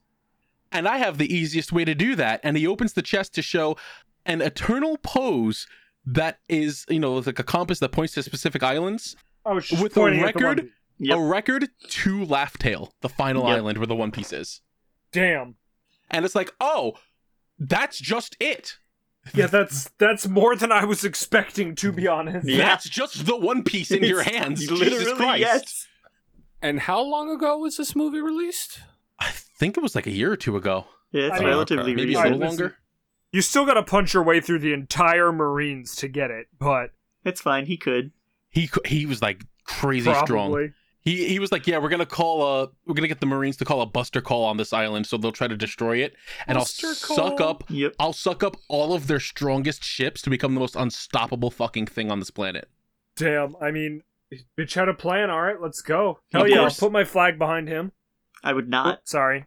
And I have the easiest way to do that. And he opens the chest to show an eternal pose that is, you know, like a compass that points to specific islands. I was just With the pointing at the record- one- Yep. a record to Laugh Tale, the final Yep. island where the One Piece is. Damn. And it's like, oh, that's just it. Yeah, that's that's more than I was expecting. To be honest. Yeah. That's just the One Piece in your It's hands. Jesus Literally, Christ. yes. And how long ago was this movie released? I think it was like a year or two ago. Yeah, it's I mean, relatively Maybe a recent. little longer. You still gotta punch your way through the entire Marines to get it, but It's fine. He could. He c- he was like crazy strong. probably. He he was like, yeah, we're gonna call a we're gonna get the Marines to call a Buster Call on this island, so they'll try to destroy it, and I'll Buster suck Call. up. Yep. I'll suck up all of their strongest ships to become the most unstoppable fucking thing on this planet. Damn. I mean, bitch had a plan. All right, let's go. Hell Of yeah! I'll course. put my flag behind him. I would not. Sorry.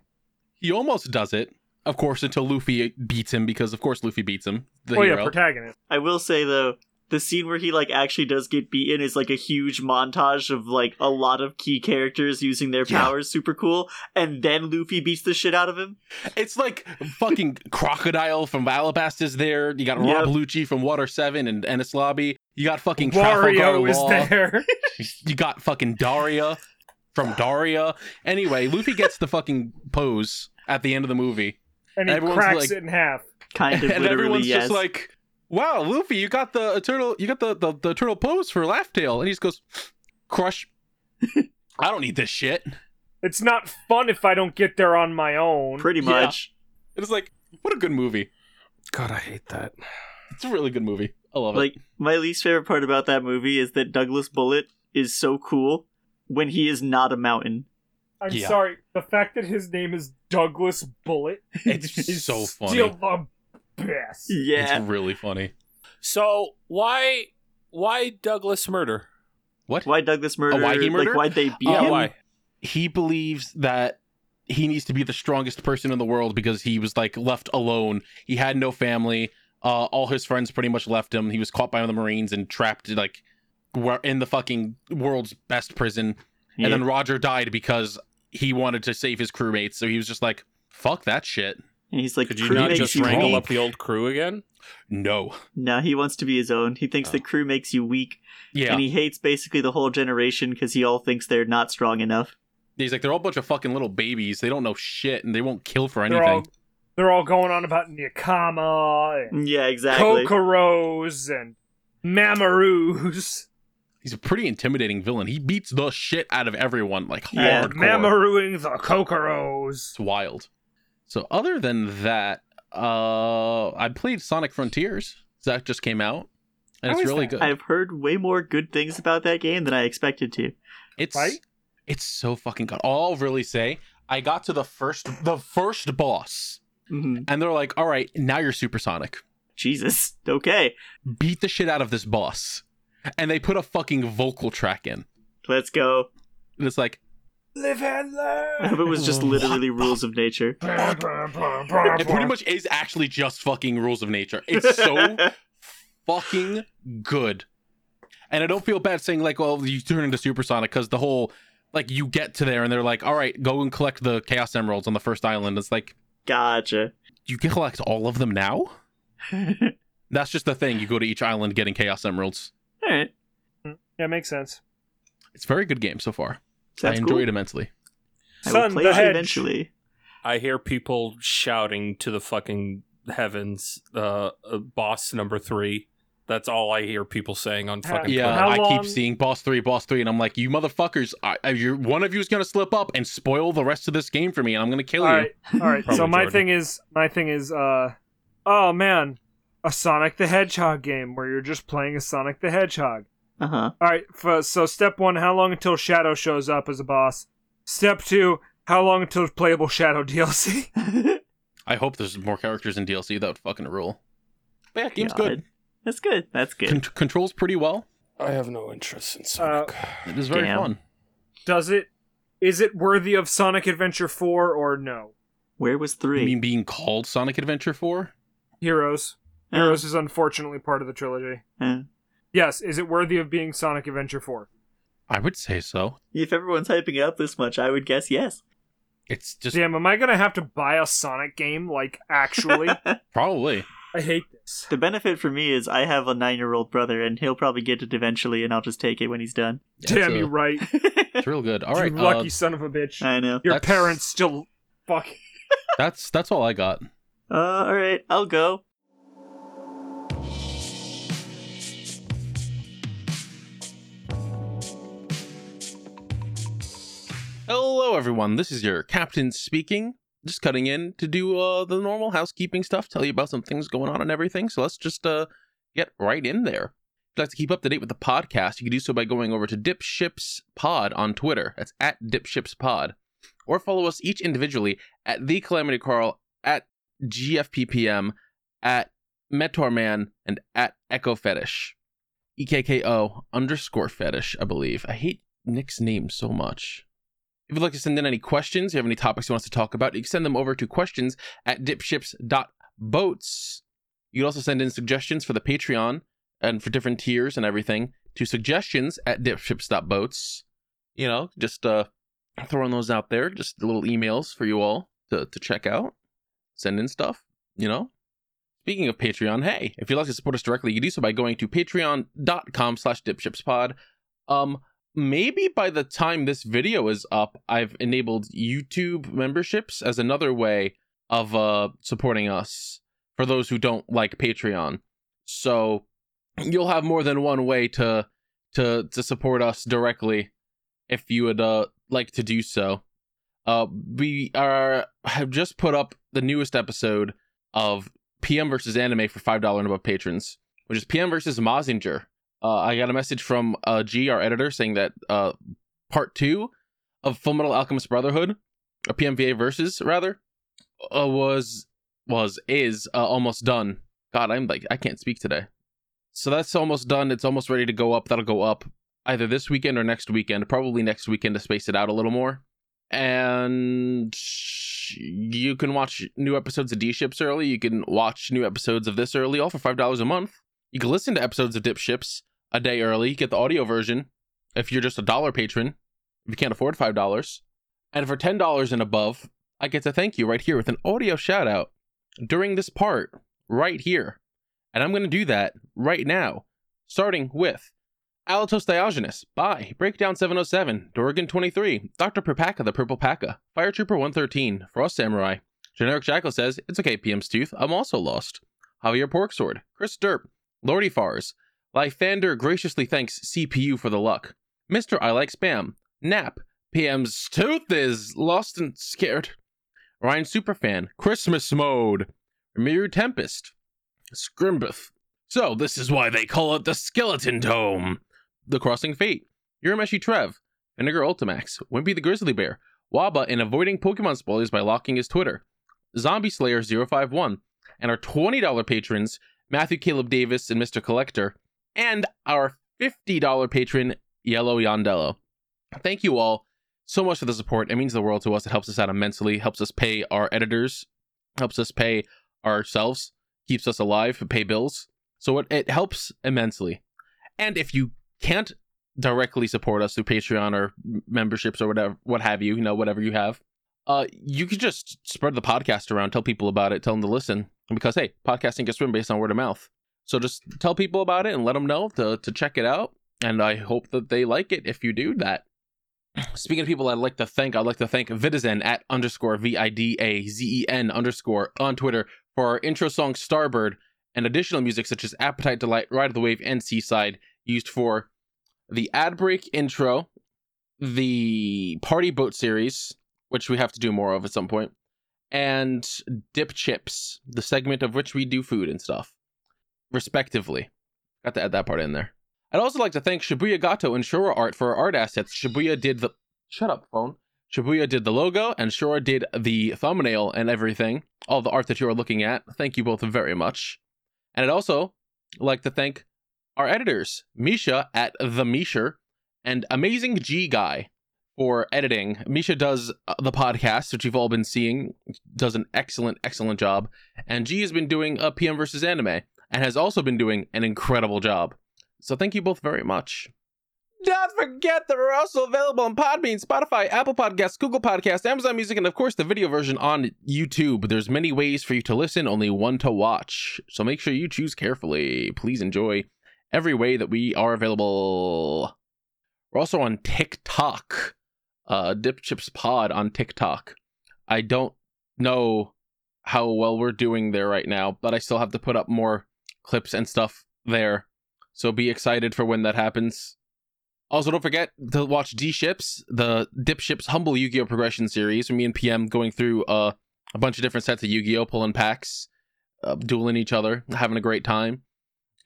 He almost does it, of course, until Luffy beats him because, of course, Luffy beats him. The oh yeah, hero. protagonist. I will say though, the scene where he like actually does get beaten is like a huge montage of like a lot of key characters using their Yeah. powers, super cool, and then Luffy beats the shit out of him. it's like fucking crocodile from Alabasta's there. You got Rob Yep. Lucci from Water Seven and Ennis Lobby. You got fucking Trafalgar Wario is Law. there. You got fucking Daria from Daria. Anyway, Luffy gets the fucking pose at the end of the movie, and he Everyone's cracks like- it in half. Kind of and literally, everyone's yes. just like, "Wow, Luffy, you got the eternal, you got the the, the eternal pose for Laugh Tale," and he just goes, "Crush." I don't need this shit. It's not fun if I don't get there on my own. Pretty Yeah. much. It's like, what a good movie. God, I hate that. It's a really good movie. I love it. Like my least favorite part about that movie is that Douglas Bullet is so cool when he is not a mountain. I'm Yeah. sorry. The fact that his name is Douglas Bullet It's is so funny. still the best. Yeah. It's really funny. So why why Douglas murder? What? Why Douglas murder? why he murdered? Oh, Like why'd they beat Yeah, him? why? He believes that he needs to be the strongest person in the world because he was like left alone. He had no family. Uh, all his friends pretty much left him. He was caught by the Marines and trapped like where- in the fucking world's best prison. Yeah. And then Roger died because he wanted to save his crewmates. So he was just like, "Fuck that shit." And he's like, Could you crew not makes just you wrangle weak. up the old crew again? No. No, he wants to be his own. He thinks Oh. that crew makes you weak, Yeah. and he hates basically the whole generation because he all thinks they're not strong enough. He's like, "They're all a bunch of fucking little babies. They don't know shit, and they won't kill for They're anything." all they're all going on about Nyakama and Yeah, exactly. Kokoros and Mamarus. He's a pretty intimidating villain. He beats the shit out of everyone. Like, Yeah. hardcore. Mamaruing the Kokoros. It's wild. So other than that, Uh, I played Sonic Frontiers. That just came out, and How it's is really that? good. I've heard way more good things about that game than I expected to. It's Right? it's so fucking good. All I'll really say, I got to the first the first boss, Mm-hmm. hmm and they're like, "All right, now you're supersonic. Jesus. Okay, Beat the shit out of this boss." And they put a fucking vocal track in, let's go. and it's like, Live and I hope learn. it was just literally rules of nature. it pretty much is actually just fucking rules of nature. It's so fucking good. And I don't feel bad saying like, well, you turn into supersonic because the whole like you get to there and they're like, all right, go and collect the chaos emeralds on the first island. It's like gotcha. you can collect all of them now. That's just the thing. You go to each island getting chaos emeralds. All right, yeah, makes sense. It's a very good game so far. sounds I enjoy cool. it immensely. I will Son, play the it hedge. eventually. I hear people shouting to the fucking heavens, uh, uh, boss number three. That's all I hear people saying on Ha- fucking. Yeah, How I long- keep seeing boss three, boss three, and I'm like, you motherfuckers! I, I, you're, one of you is gonna slip up and spoil the rest of this game for me, and I'm gonna kill All you. right, all right. so Probably my Jordan. thing is, my thing is, uh, oh man, a Sonic the Hedgehog game where you're just playing a Sonic the Hedgehog. Uh huh. All right. For, so step one, how long until Shadow shows up as a boss? Step two, how long until playable Shadow DLC? I hope there's more characters in DLC. That would fucking rule. But yeah, game's good. That's good. That's good. Con- controls pretty well. I have no interest in uh, It is very Damn. fun. does it? Is it worthy of Sonic Adventure Four or no? Where was I three? mean, being called Sonic Adventure Four. Heroes. Uh, Heroes is unfortunately part of the trilogy. uh. Yes, is it worthy of being Sonic Adventure 4? I would say so. If everyone's hyping it up this much, I would guess yes. It's just Damn, am I gonna have to buy a Sonic game? Like, actually? probably. I hate this. The benefit for me is I have a nine-year-old brother, and he'll probably get it eventually, and I'll just take it when he's done. Yeah, Damn, it's, you uh, right. It's real good. All right, you uh, lucky son of a bitch. I know. Your that's- parents still fucking. that's that's all I got. Uh, all right, I'll go. Hello, everyone. This is your captain speaking. Just cutting in to do uh, the normal housekeeping stuff, tell you about some things going on and everything. So let's just uh, get right in there. If you'd like to keep up to date with the podcast, you can do so by going over to Dipships Pod on Twitter. That's at Dipships Pod. Or follow us each individually at The Calamity Carl, at GFPPM, at Metorman, and at Echo Fetish. E EKKO underscore fetish, I believe. I hate Nick's name so much. If you'd like to send in any questions, you have any topics you want us to talk about, you can send them over to questions at dipships.boats. You can also send in suggestions for the Patreon and for different tiers and everything to suggestions at dipships.boats. You know, just uh, throwing those out there, just little emails for you all to, to check out, send in stuff, you know. Speaking of Patreon, hey, if you'd like to support us directly, you can do so by going to patreon.com slash dipshipspod. Um, maybe by the time this video is up, I've enabled YouTube memberships as another way of uh supporting us for those who don't like Patreon. So you'll have more than one way to to to support us directly if you would uh like to do so. Uh we are have just put up the newest episode of PM versus anime for five dollar and above patrons, which is PM versus Mazinger. Uh, I got a message from uh, G, our editor, saying that uh, part two of Full Metal Alchemist Brotherhood, or PMVA versus rather, uh, was was is uh, almost done. God, I'm like I can't speak today. So that's almost done. It's almost ready to go up. That'll go up either this weekend or next weekend. Probably next weekend to space it out a little more. And you can watch new episodes of D Ships early. You can watch new episodes of this early, all for five dollars a month. You can listen to episodes of Dip Ships a day early, get the audio version if you're just a dollar patron, if you can't afford $5. And for $10 and above, I get to thank you right here with an audio shout out during this part right here. And I'm going to do that right now, starting with Alatos Diogenes by Breakdown 707, Dorgan 23, Dr. Perpaka the Purple Paka, Fire Trooper 113, Frost Samurai. Generic Jackal says, It's okay, PM's Tooth, I'm also lost. Javier Porksword, Chris Derp, Lordy Fars. Lythander graciously thanks CPU for the luck. Mr. I Like Spam. Nap. PM's tooth is lost and scared. Ryan Superfan. Christmas mode. Mirror Tempest, Scrimbeth. So this is why they call it the Skeleton Tome. The Crossing Fate, Urameshi Trev, Vinegar Ultimax, Wimpy the Grizzly Bear, Waba in avoiding Pokemon spoilers by locking his Twitter, Zombie Slayer 051, and our $20 patrons, Matthew Caleb Davis and Mr. Collector, and our $50 patron, Yellow Yondello. Thank you all so much for the support. It means the world to us. It helps us out immensely, helps us pay our editors, helps us pay ourselves, keeps us alive, pay bills. So it, it helps immensely. And if you can't directly support us through Patreon or m- memberships or whatever, what have you, you know, whatever you have, uh, you could just spread the podcast around, tell people about it, tell them to listen. Because hey, podcasting gets written based on word of mouth. So just tell people about it and let them know to to check it out. And I hope that they like it. If you do that, speaking of people, I'd like to thank. I'd like to thank Vidazen at underscore v i d a z e n underscore on Twitter for our intro song Starbird and additional music such as Appetite Delight, Ride of the Wave, and Seaside used for the ad break intro, the party boat series, which we have to do more of at some point, and dip chips, the segment of which we do food and stuff, respectively. Got to add that part in there. I'd also like to thank Shibuya Gato and Shura Art for our art assets. Shibuya did the shut up phone. Shibuya did the logo, and Shura did the thumbnail and everything. All the art that you are looking at. Thank you both very much. And I'd also like to thank our editors, Misha at the Misha, and Amazing G Guy for editing. Misha does uh, the podcast, which you've all been seeing, does an excellent, excellent job. And G has been doing a PM versus anime and has also been doing an incredible job. So thank you both very much. Don't forget that we're also available on Podbean, Spotify, Apple Podcasts, Google Podcasts, Amazon Music, and of course the video version on YouTube. There's many ways for you to listen, only one to watch. So make sure you choose carefully. Please enjoy every way that we are available. We're also on TikTok. Uh Dip Chips Pod on TikTok. I don't know how well we're doing there right now, but I still have to put up more clips and stuff there. So be excited for when that happens. Also, don't forget to watch D Ships, the Dip Ships Humble Yu Gi Oh! progression series. Me and PM going through uh, a bunch of different sets of Yu Gi Oh! pulling packs, uh, dueling each other, having a great time.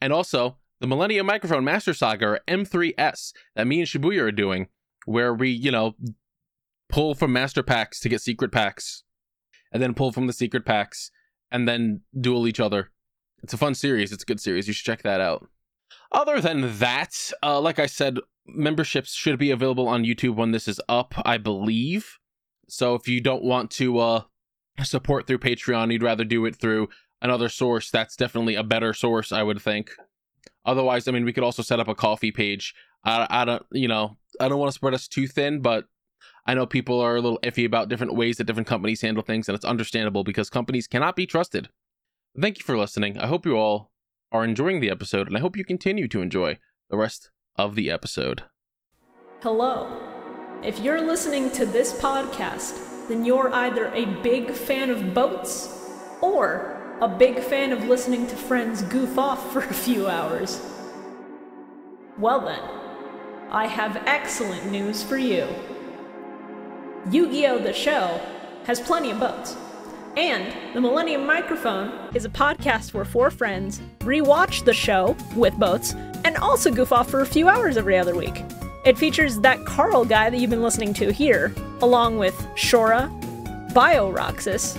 And also, the Millennium Microphone Master Saga, or M3S, that me and Shibuya are doing, where we, you know, pull from master packs to get secret packs, and then pull from the secret packs, and then duel each other. It's a fun series. It's a good series. You should check that out. Other than that, uh, like I said, memberships should be available on YouTube when this is up, I believe. So if you don't want to uh, support through Patreon, you'd rather do it through another source, that's definitely a better source, I would think. Otherwise, I mean, we could also set up a coffee page. I, I don't, you know, I don't want to spread us too thin, but I know people are a little iffy about different ways that different companies handle things, and it's understandable because companies cannot be trusted. Thank you for listening. I hope you all are enjoying the episode, and I hope you continue to enjoy the rest of the episode. Hello. If you're listening to this podcast, then you're either a big fan of boats or a big fan of listening to friends goof off for a few hours. Well, then, I have excellent news for you Yu Gi Oh! The Show has plenty of boats. And The Millennium Microphone is a podcast where four friends rewatch the show with boats and also goof off for a few hours every other week. It features that Carl guy that you've been listening to here, along with Shora, BioRoxus,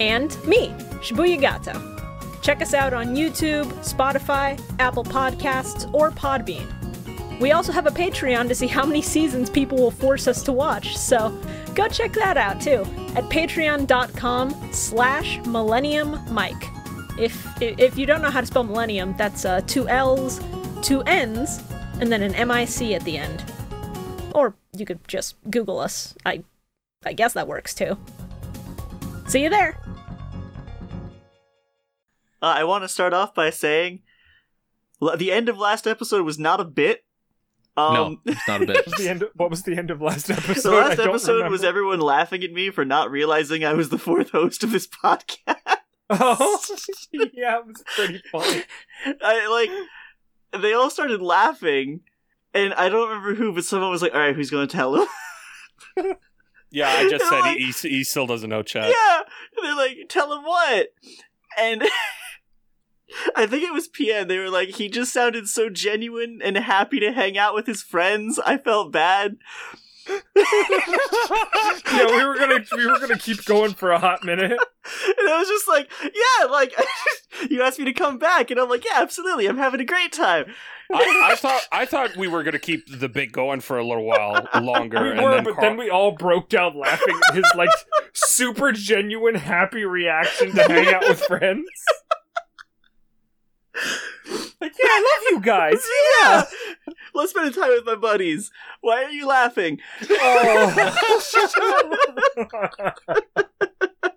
and me, Shibuya Gato. Check us out on YouTube, Spotify, Apple Podcasts, or Podbean. We also have a Patreon to see how many seasons people will force us to watch, so go check that out too at patreon.com slash millennium mike. If, if you don't know how to spell millennium, that's uh, two L's, two N's, and then an M-I-C at the end. Or you could just Google us. I, I guess that works too. See you there! Uh, I want to start off by saying l- the end of last episode was not a bit. Um, no, it's not a bit. What was the end of, what was the end of last episode? The last I don't episode was remember. everyone laughing at me for not realizing I was the fourth host of this podcast. Oh, yeah, it was pretty funny. I like they all started laughing, and I don't remember who, but someone was like, "All right, who's going to tell him?" Yeah, I They're just said like- he, he, he still doesn't know chat. yeah, and they're like, "Tell him what?" and I think it was PM. They were like, he just sounded so genuine and happy to hang out with his friends. I felt bad. yeah, we were gonna we were gonna keep going for a hot minute. And I was just like, yeah, like you asked me to come back, and I'm like, yeah, absolutely, I'm having a great time. I, I thought I thought we were gonna keep the bit going for a little while longer. We and were, then but Carl- then we all broke down laughing at his like super genuine happy reaction to hang out with friends. Like, yeah, I love you guys. yeah, let's spend time with my buddies. Why are you laughing? Um, Oh.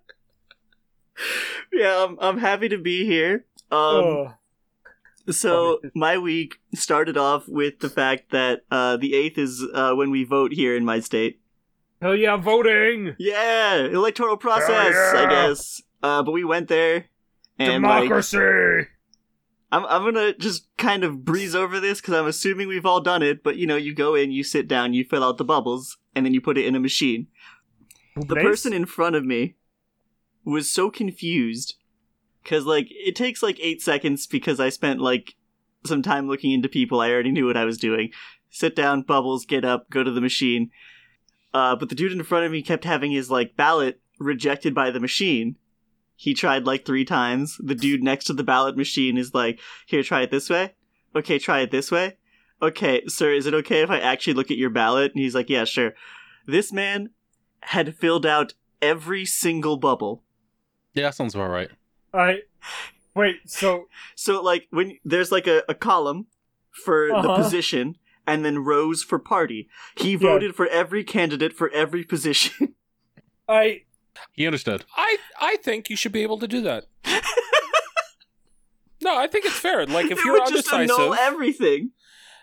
Yeah, I'm, I'm happy to be here. Um, Oh. So my week started off with the fact that uh, the eighth is uh, when we vote here in my state. Hell yeah, voting! Yeah, electoral process, Hell yeah. I guess. Uh, but we went there, and like, Democracy! I'm I'm gonna just kind of breeze over this because I'm assuming we've all done it. But you know, you go in, you sit down, you fill out the bubbles, and then you put it in a machine. the Nice. person in front of me was so confused because like it takes like eight seconds because i spent like some time looking into people i already knew what i was doing sit down bubbles get up go to the machine uh, but the dude in front of me kept having his like ballot rejected by the machine he tried like three times the dude next to the ballot machine is like here try it this way okay try it this way okay sir is it okay if i actually look at your ballot and he's like yeah sure this man had filled out every single bubble. Yeah, that sounds about right. I wait. So So like when there's like a, a column for the Uh-huh. position and then rows for party. He voted for every candidate for every position. I He understood. I I think you should be able to do that. no, I think it's fair. Like if It you're would just undecisive, annul everything.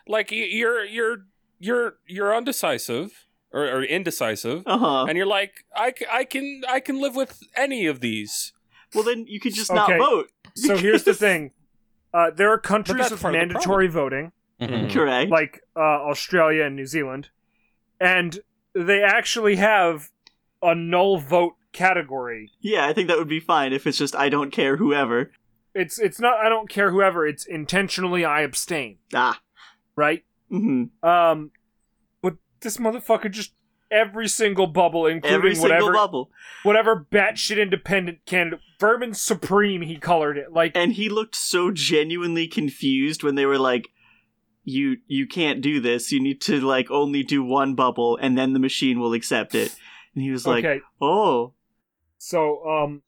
like y- you're you're you're you're undecisive or, or indecisive, Uh-huh. and you're like I, c- I can I can live with any of these. Well then you could just not Okay. vote. so here's the thing. Uh, there are countries that's with part of the mandatory voting, Mhm. Correct. like uh, Australia and New Zealand, and they actually have a null vote category. yeah, I think that would be fine if it's just I don't care whoever. It's it's not I don't care whoever. It's intentionally I abstain. Ah. Right. hmm Um, but this motherfucker just every single bubble, including Every single whatever bubble. whatever batshit independent candidate, Vermin Supreme, he colored it like. and he looked so genuinely confused when they were like you you can't do this you need to like only do one bubble and then the machine will accept it and he was like okay, oh so um,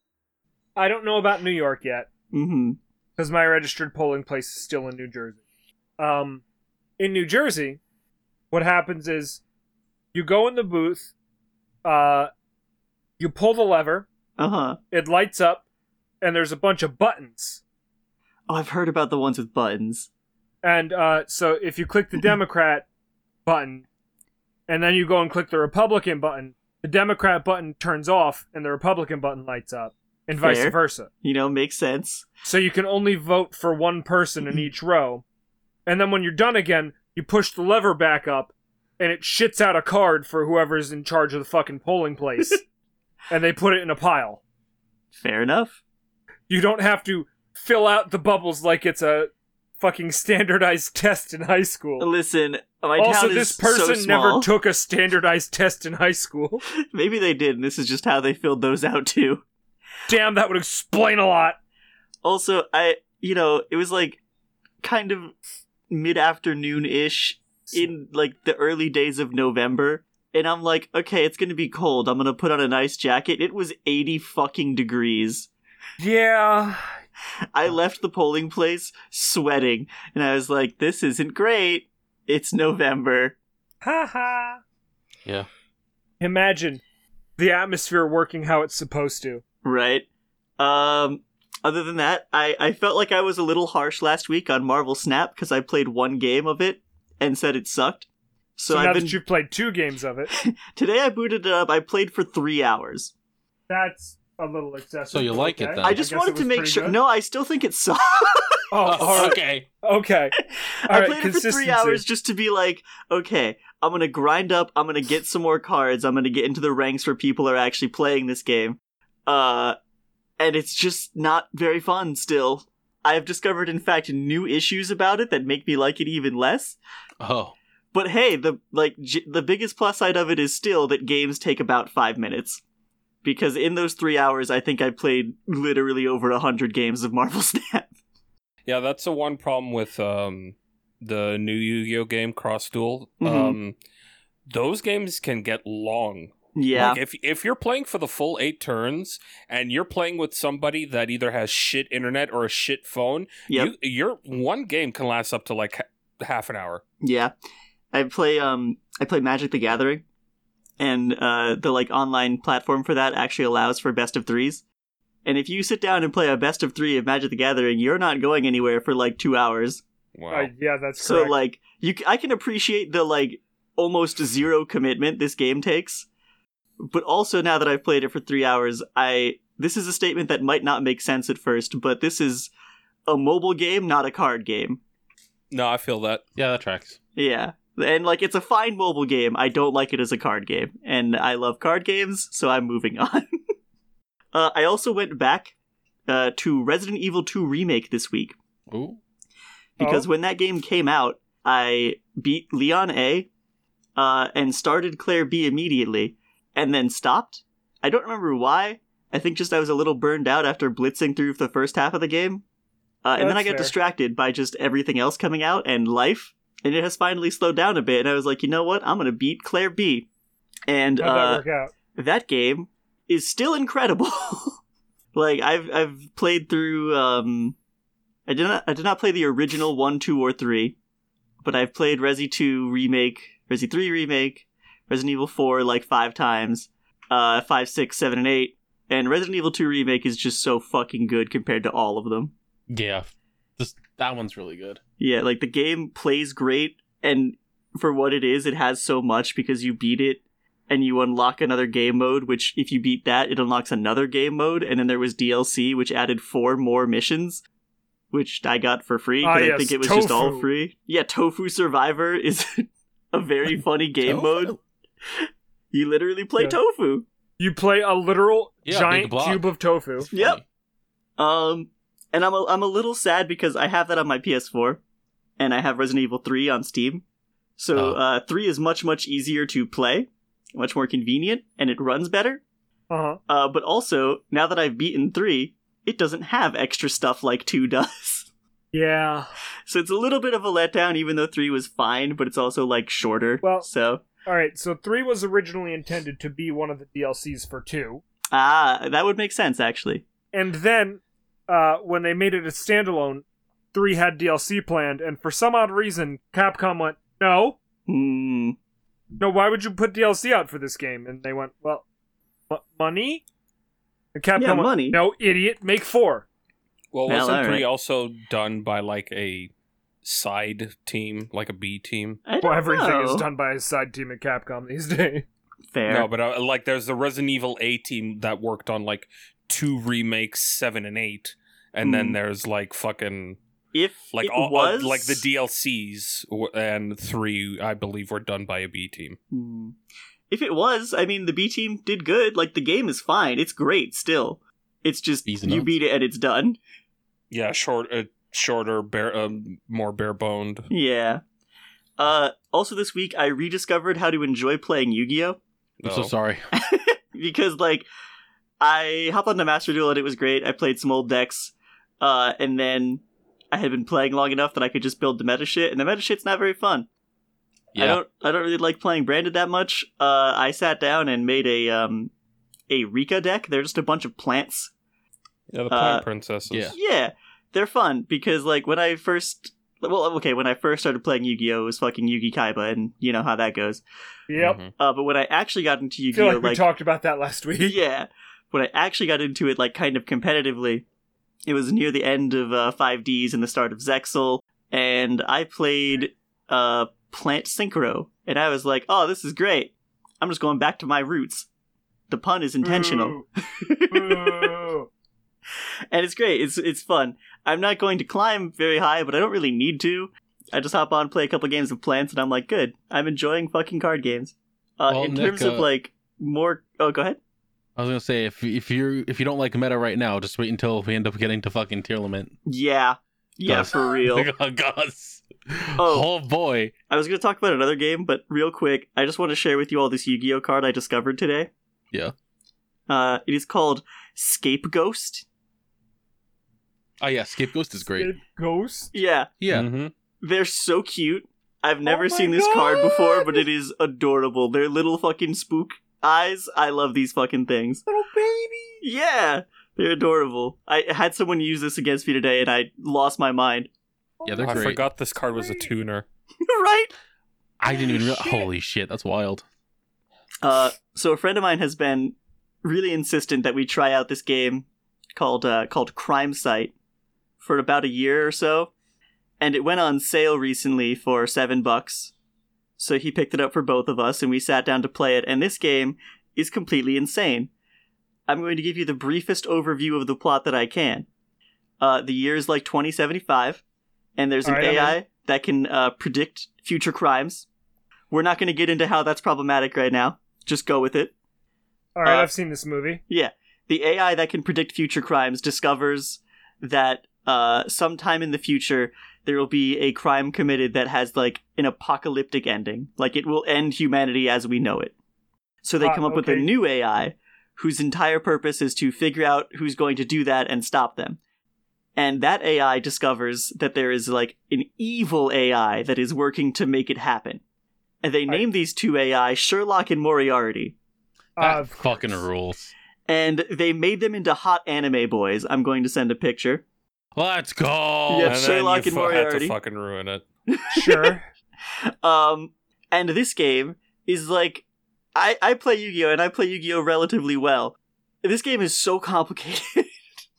I don't know about New York yet. mm-hmm because my registered polling place is still in New Jersey. Um, in New Jersey, what happens is you go in the booth, uh, you pull the lever, uh-huh it lights up, and there's a bunch of buttons. oh i've heard about the ones with buttons And uh, so if you click the Democrat button, and then you go and click the Republican button, the Democrat button turns off and the Republican button lights up, and vice Fair. versa. you know makes sense So you can only vote for one person in each row. And then when you're done again, you push the lever back up and it shits out a card for whoever's in charge of the fucking polling place. and they put it in a pile. fair enough You don't have to fill out the bubbles like it's a fucking standardized test in high school. listen my Also, town this is person so never small. took a standardized test in high school. maybe they did and this is just how they filled those out too Damn, that would explain a lot. also i you know it was like kind of mid-afternoon ish in like the early days of november and i'm like okay it's gonna be cold i'm gonna put on a nice jacket it was 80 fucking degrees Yeah. i left the polling place sweating and i was like this isn't great it's november Ha ha. Yeah. Imagine the atmosphere working how it's supposed to. right um other than that i i felt like i was a little harsh last week on marvel snap because i played one game of it and said it sucked so, So, now i've been that you've played two games of it, Today I booted it up. I played for three hours. that's a little excessive. So you like it, then? I I just guess wanted it to was make pretty sure. good. No, I still think it sucks. Oh, Oh, all right. okay. Okay. I All right, played it for three consistency. hours just to be like, okay, I'm gonna grind up. I'm gonna get some more cards. I'm gonna get into the ranks where people are actually playing this game. Uh, and it's just not very fun still. I have discovered, in fact, new issues about it that make me like it even less. Oh, But hey, the like j- the biggest plus side of it is still that games take about five minutes, because in those three hours, I think I played literally over a hundred games of Marvel Snap. Yeah, that's the one problem with um, the new Yu-Gi-Oh game Cross Duel. Mhm. Um, those games can get long. yeah, Like if if you're playing for the full eight turns and you're playing with somebody that either has shit internet or a shit phone, yep. you, your one game can last up to like ha- half an hour. Yeah. I play um I play Magic the Gathering and uh the like online platform for that actually allows for best of 3s. And if you sit down and play a best of 3 of Magic the Gathering, you're not going anywhere for like 2 hours. Wow. I, yeah, that's So correct. like you c- I can appreciate the like almost zero commitment this game takes. But also now that I've played it for 3 hours, I this is a statement that might not make sense at first, but this is a mobile game, not a card game. no, I feel that. yeah, that tracks. Yeah. And like it's a fine mobile game. I don't like it as a card game. And I love card games, so I'm moving on. uh, I also went back uh, to Resident Evil 2 remake this week Ooh, because Oh. when that game came out, I beat Leon A uh, and started Claire B immediately and then stopped. I don't remember why. I think just I was a little burned out after blitzing through the first half of the game. Uh, and then I That's got fair. distracted by just everything else coming out and life. And it has finally slowed down a bit. And I was like, you know what? I'm going to beat Claire B. And How'd that uh, work out? that game is still incredible. like I've I've played through um I did not I did not play the original 1, 2 or 3, but I've played Resi 2 remake, Resi 3 remake, Resident Evil 4 like 5 times, uh 5, 6, 7 and 8, and Resident Evil 2 remake is just so fucking good compared to all of them. yeah, this that one's really good. Yeah, like the game plays great, and for what it is, it has so much because you beat it and you unlock another game mode, which if you beat that, it unlocks another game mode, and then there was DLC which added four more missions, which I got for free Ah, because I yes, think it was just all Tofu. free. Yeah, Tofu Survivor is a very funny game Tofu? mode. You literally play Yeah. tofu. You play a literal Yeah, big giant block. cube of tofu. It's Yep. funny. Um, and I'm a, I'm a little sad because I have that on my PS4, and I have Resident Evil 3 on Steam. So Oh. uh, 3 is much much easier to play, much more convenient, and it runs better. Uh-huh. Uh, but also now that I've beaten 3, it doesn't have extra stuff like 2 does. Yeah. so it's a little bit of a letdown, even though 3 was fine, but it's also like shorter. Well- so All right, so 3 was originally intended to be one of the DLCs for 2. ah, that would make sense actually. And then uh, when they made it a standalone, 3 had DLC planned and for some odd reason Capcom went, "No. Hmm. No, why would you put DLC out for this game?" And they went, "Well, m- money?" And Capcom Yeah, went, money. "No, idiot, make 4." Well, Well, wasn't alright. three also done by like a side team, like a B team? I don't Well, everything know. is done by a side team at Capcom these days. Fair. No, but uh, like there's the Resident Evil A team that worked on like two remakes, seven and eight, and Hmm. then there's like fucking if like it all uh, was like the DLCs w- and three, I believe, were done by a B team. Hmm. If it was, I mean, the B team did good. Like the game is fine; it's great still. It's just Bees and you nuts. beat it and it's done. Yeah, short, uh, shorter, bare, um, more bare boned. Yeah. Uh, also, this week I rediscovered how to enjoy playing Yu-Gi-Oh I'm so sorry. because like I hop on the Master Duel and it was great. I played some old decks, uh, and then I had been playing long enough that I could just build the meta shit, and the meta shit's not very fun. I Yeah, don't I don't really like playing branded that much. Uh, I sat down and made a um a Rika deck. They're just a bunch of plants. Yeah, the Uh, Plant Princesses. yeah. Yeah, they're fun because like when I first well okay when I first started playing Yu Gi Oh it was fucking Yugi Kaiba and you know how that goes. Yep. Mhm. Uh, but when I actually got into Yu I Gi feel Oh Mm-hmm. like we like talked about that last week. yeah, when I actually got into it like kind of competitively, it was near the end of uh, 5Ds and the start of Zexal, and I played uh, Plant Synchro, and I was like, oh this is great. I'm just going back to my roots. The pun is intentional. Boo. Boo. and it's great. It's it's fun. I'm not going to climb very high, but I don't really need to. I just hop on, play a couple games of Plants, and I'm like, good. I'm enjoying fucking card games. Uh, Well, in Nick, terms of uh, like more, oh, go ahead. I was gonna say if if you if you don't like meta right now, just wait until we end up getting to fucking tier limit. Yeah. Yeah, Gus. for real. Gus. Oh. Oh. boy. I was going to talk about another game, but real quick, I just want to share with you all this Yu Gi Oh card I discovered today. Yeah. Uh, it is called Scapegoat. Oh yeah, Scape Ghost is great. Ghost. Yeah, Yeah. Mhm. they're so cute. I've never Oh my seen this card God! before, but it is adorable. They're little fucking spook eyes. I love these fucking things. Little baby. Yeah, they're adorable. I had someone use this against me today, and I lost my mind. Yeah, they're I great. forgot this card was a tuner. right? I didn't even. Real- Shit. Holy shit, that's wild. Uh, so a friend of mine has been really insistent that we try out this game called uh, called Crime Site for about a year or so, and it went on sale recently for seven bucks. So he picked it up for both of us, and we sat down to play it. And this game is completely insane. I'm going to give you the briefest overview of the plot that I can. Uh, the year is like 2075, and there's an All right, I'm in. AI that can uh, predict future crimes. We're not going to get into how that's problematic right now. Just go with it. All right, Uh, I've seen this movie. The AI that can predict future crimes discovers that uh, sometime in the future there will be a crime committed that has like an apocalyptic ending. Like it will end humanity as we know it. So they Ah, come up with a okay. new AI whose entire purpose is to figure out who's going to do that and stop them. And that AI discovers that there is like an evil AI that is working to make it happen. And they name these two AI Sherlock and Moriarty That Uh, fucking rules. and they made them into hot anime boys. I'm going to send a picture. Let's go. Yeah, and Sherlock then and you fu- had Moriarty. to fucking ruin it. sure. Um, and this game is like, I I play Yu-Gi-Oh and I play Yu-Gi-Oh relatively well. This game is so complicated.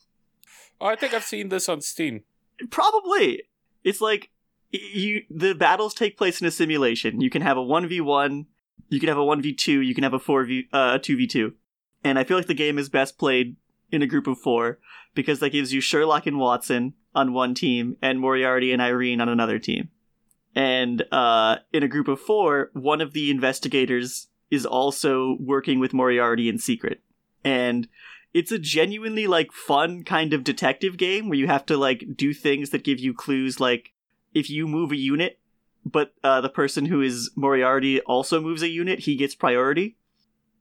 Oh, I think I've seen this on Steam. Probably it's like y- you the battles take place in a simulation. You can have a one v one, you can have a one v two, you can have a four v uh, a two v two, and I feel like the game is best played in a group of four because that gives you Sherlock and Watson on one team and Moriarty and Irene on another team. And uh, in a group of four, one of the investigators is also working with Moriarty in secret. And it's a genuinely like fun kind of detective game where you have to like do things that give you clues like if you move a unit but uh, the person who is Moriarty also moves a unit, he gets priority.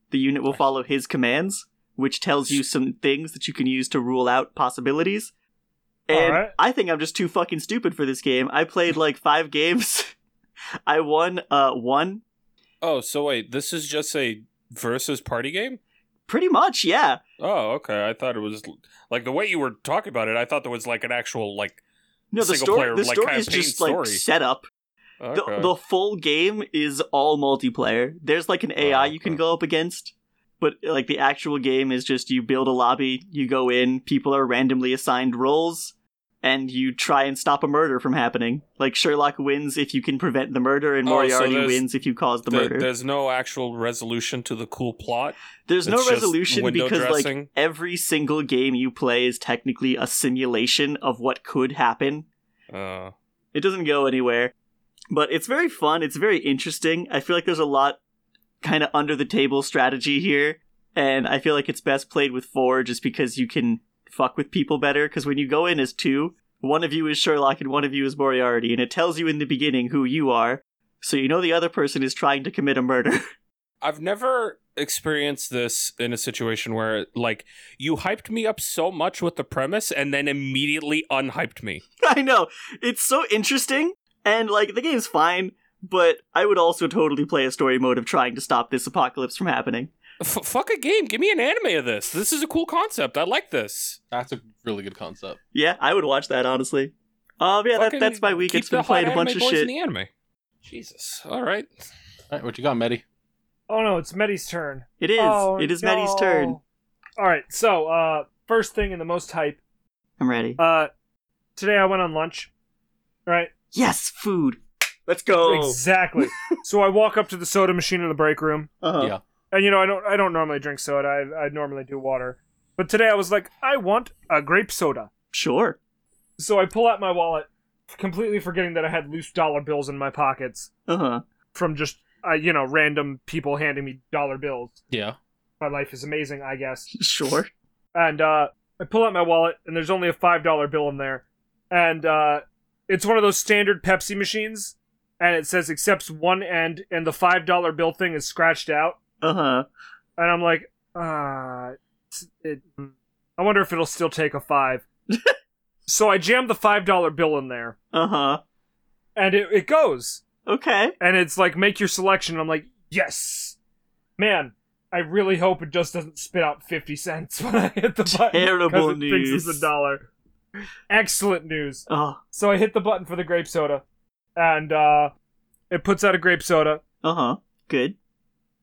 The unit will follow his commands, which tells you some things that you can use to rule out possibilities. And Alright. I think I'm just too fucking stupid for this game. I played like five games. I won uh one Oh, so wait, this is just a versus party game? pretty much, yeah. Oh, okay. I thought it was like the way you were talking about it. I thought there was like an actual like. No, the Single story player, the like, story is campaign just like story. set up. Okay. The, the full game is all multiplayer. There's like an AI you can Oh, okay. go up against, but like the actual game is just you build a lobby, you go in, people are randomly assigned roles, and you try and stop a murder from happening. Like Sherlock wins if you can prevent the murder, and Oh, so Moriarty there's- wins if you cause the There- murder. There's no actual resolution to the cool plot. There's no It's just resolution window because like dressing. every single game you play is technically a simulation of what could happen. Uh, It doesn't go anywhere, but it's very fun. It's very interesting. I feel like there's a lot kind of under the table strategy here, and I feel like it's best played with four just because you can fuck with people better. Because when you go in as two, one of you is Sherlock and one of you is Moriarty, and it tells you in the beginning who you are, so you know the other person is trying to commit a murder. I've never experienced this in a situation where like you hyped me up so much with the premise and then immediately unhyped me. I know. It's so interesting, and like the game's fine, but I would also totally play a story mode of trying to stop this apocalypse from happening. F- fuck a game. Give me an anime of this. This is a cool concept. I like this. That's a really good concept. Yeah, I would watch that honestly. Um, yeah, that, Fucking that's my week. keep It's been the hot playing a anime bunch of boys shit. In the anime. Jesus. All right. All right, what you got, Medi? Oh no, it's Medi's turn. it is. Oh, it is no. Maddie's turn. All right, so uh, first thing and the most hype. I'm ready. Uh, today I went on lunch. Right, yes, food. Let's go. exactly. so I walk up to the soda machine in the break room. Uh-huh. Yeah. and you know I don't I don't normally drink soda. I I normally do water, but today I was like I want a grape soda. Sure. So I pull out my wallet, completely forgetting that I had loose dollar bills in my pockets Uh huh. from just uh, you know random people handing me dollar bills. Yeah. My life is amazing, I guess. Sure. And uh, I pull out my wallet, and there's only a five dollar bill in there, and uh, it's one of those standard Pepsi machines, and it says accepts one end, and the five dollar bill thing is scratched out, Uh huh. and I'm like, ah, it's- it, I wonder if it'll still take a five. so I jammed the five dollar bill in there, Uh huh. and it, it goes, Okay. and it's like make your selection. and I'm like, yes, man. I really hope it just doesn't spit out fifty cents when I hit the button. 'cause Terrible it Thinks news. it's a dollar. Excellent news. Oh. So I hit the button for the grape soda, and uh, it puts out a grape soda, Uh huh. Good.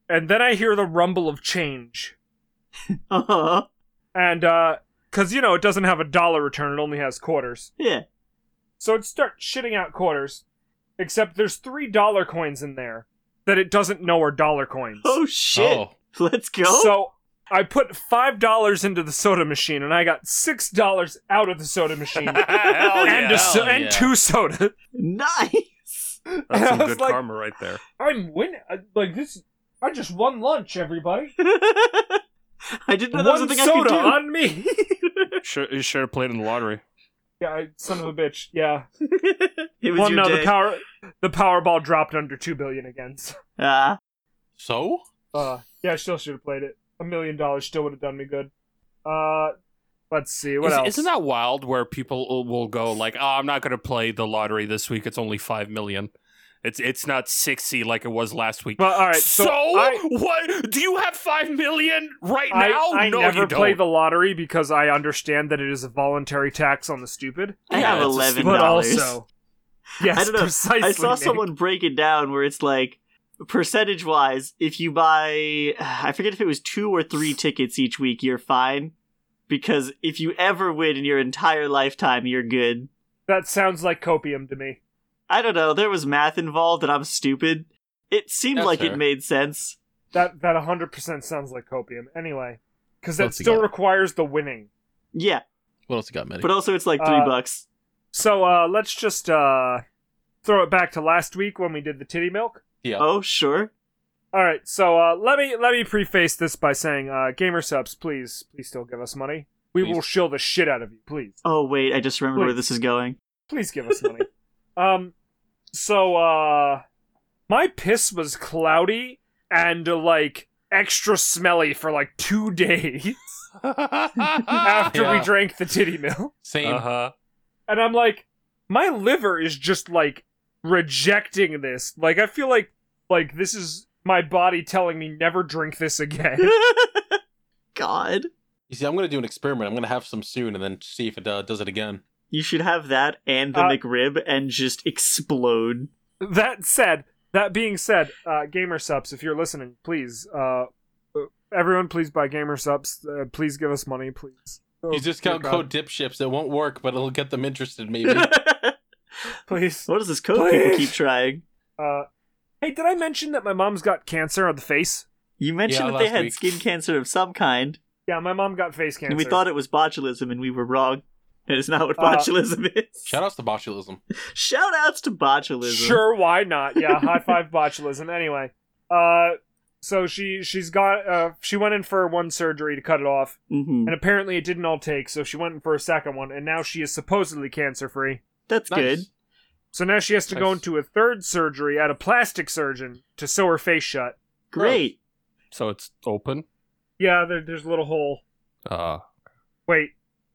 and then I hear the rumble of change, Uh huh. and uh 'cause you know it doesn't have a dollar return, it only has quarters. Yeah. So it starts shitting out quarters, except there's three dollar coins in there that it doesn't know are dollar coins. Oh shit. Oh, Let's go. So I put five dollars into the soda machine, and I got six dollars out of the soda machine, and, Hell yeah. a so- Hell and yeah. two soda. nice. That's some I was good like- karma right there. I'm winning. Like this, I just won lunch, everybody. I didn't know that was a One thing I could soda do. on me. Sure, you should have played in the lottery. yeah, I- son of a bitch. Yeah. it was Well, your no, day. the power, the Powerball dropped under two billion again. so, Ah. so Uh, yeah, I still should have played it. A million dollars still would have done me good. Uh, let's see what Is, else. Isn't that wild? Where people will- will go like, "Oh, I'm not going to play the lottery this week. It's only five million. It's it's not sixty like it was last week." Well, all right. So, so I, what? Do you have five million right I, now? I no, never you play don't. the lottery because I understand that it is a voluntary tax on the stupid. I Yeah, have it's a eleven But dollars. also, yes, I don't know. precisely. I saw Nick. someone break it down where it's like percentage wise, if you buy I forget if it was two or three tickets each week, you're fine. Because if you ever win in your entire lifetime, you're good. that sounds like copium to me. I don't know, there was math involved and I'm stupid. It seemed That's like fair. it made sense. That that 100% sounds like copium. Anyway, because that Let's still go. requires the winning. Yeah. what else you got, Medic? But also it's like three Uh, bucks. So uh, let's just uh, throw it back to last week when we did the titty milk. yeah. Oh, sure. All right, so uh, let me let me preface this by saying, uh, gamer subs, please, please still give us money. We Please. will shill the shit out of you, please, Oh wait, I just remember where Wait. this is going. please give us money. um, so uh, my piss was cloudy and uh, like extra smelly for like two days after we Yeah. drank the titty milk. Same. Uh huh. and I'm like, my liver is just like rejecting this. Like I feel like like this is my body telling me never drink this again. God. You see, I'm gonna do an experiment. I'm gonna have some soon, and then see if it uh, does it again. You should have that and the Uh, McRib and just explode. that said, that being said, uh, gamer subs, if you're listening, please, uh, uh, everyone, please buy gamer subs. Uh, please give us money, please. Oh, Use discount dear code God. dipships. It won't work, but it'll get them interested. Maybe. what please. does this code people Please. keep trying? Uh, hey, did I mention that my mom's got cancer on the face? You mentioned Yeah, that they last had week. skin cancer of some kind, Yeah, my mom got face cancer. and we thought it was botulism, and we were wrong. That is not what Uh, botulism is. Shout outs to botulism. Shout outs to botulism. Sure, why not? Yeah, high five botulism. Anyway, uh, so she she's got uh she went in for one surgery to cut it off, hmm and apparently it didn't all take. So she went in for a second one, and now she is supposedly cancer free. That's Nice. good. So now she has to go Nice. into a third surgery at a plastic surgeon to sew her face shut. Great. So it's open. Yeah, there, there's a little hole. Uh, Wait,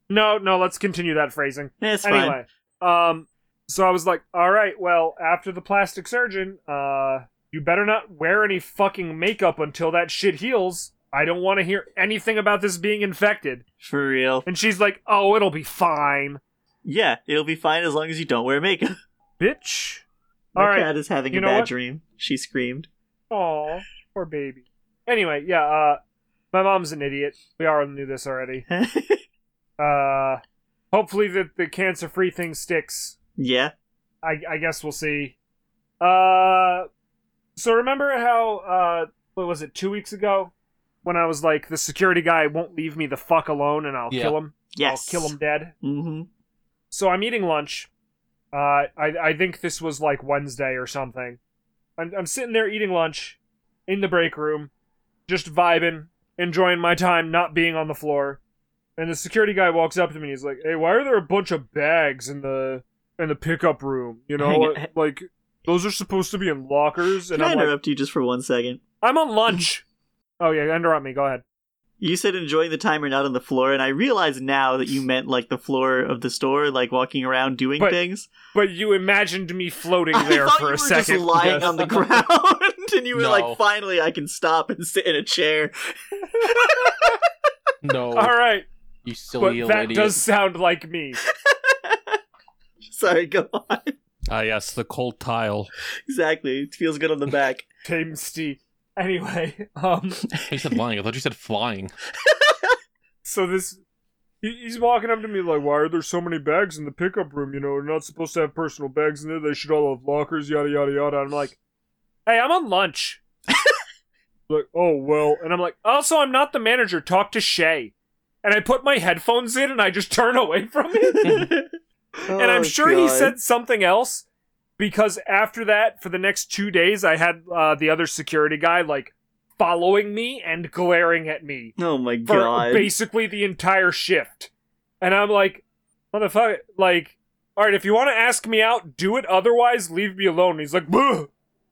no, no. Let's continue that phrasing. That's fine. anyway, um, so I was like, all right, well, after the plastic surgeon, uh, you better not wear any fucking makeup until that shit heals. I don't want to hear anything about this being infected. For real. And she's like, oh, it'll be fine, Yeah, it'll be fine as long as you don't wear makeup. bitch. My All right. cat is having You a know bad what? dream. She screamed. Aw, poor baby. Anyway, yeah, uh, my mom's an idiot. We already knew this already. Uh, hopefully that the cancer-free thing sticks. yeah. I, I guess we'll see. Uh, so remember how uh, what was it two weeks ago when I was like the security guy won't leave me the fuck alone and I'll Yeah. kill him. Yes. I'll kill him dead. hmm So I'm eating lunch. Uh, I I think this was like Wednesday or something. I'm I'm sitting there eating lunch in the break room, just vibing. enjoying my time not being on the floor. And the security guy walks up to me and he's like, "Hey, why are there a bunch of bags in the in the pickup room? You know, Hang on. like those are supposed to be in lockers." Can And I I'm like, interrupt you just for one second? "I'm on lunch." oh yeah, interrupt me. Go ahead. You said enjoying the time you're not on the floor, and I realize now that you meant like the floor of the store, like walking around doing But things. But you imagined me floating there I thought for you a were second. just lying Yes. on the ground, and you were No. like, "Finally, I can stop and sit in a chair." No, All right, you but silly old that idiot. does sound like me. Sorry, go on. Ah, yes, the cold tile. Exactly, it feels good on the back. Tame Steve. Anyway, um, You said lying. I thought you said flying. so this he- he's walking up to me like, why are there so many bags in the pickup room? You know, we're not supposed to have personal bags in there. They should all have lockers. Yada yada yada. I'm like, hey, I'm on lunch. like, oh well. And I'm like, also, I'm not the manager. Talk to Shay. And I put my headphones in and I just turn away from him. Oh, and I'm sure he said something else because after that, for the next two days, I had uh, the other security guy like following me and glaring at me "Oh my for god." basically the entire shift. And I'm like, motherfucker, like, all right, if you want to ask me out, do it. Otherwise, leave me alone. And he's like, Bleh. and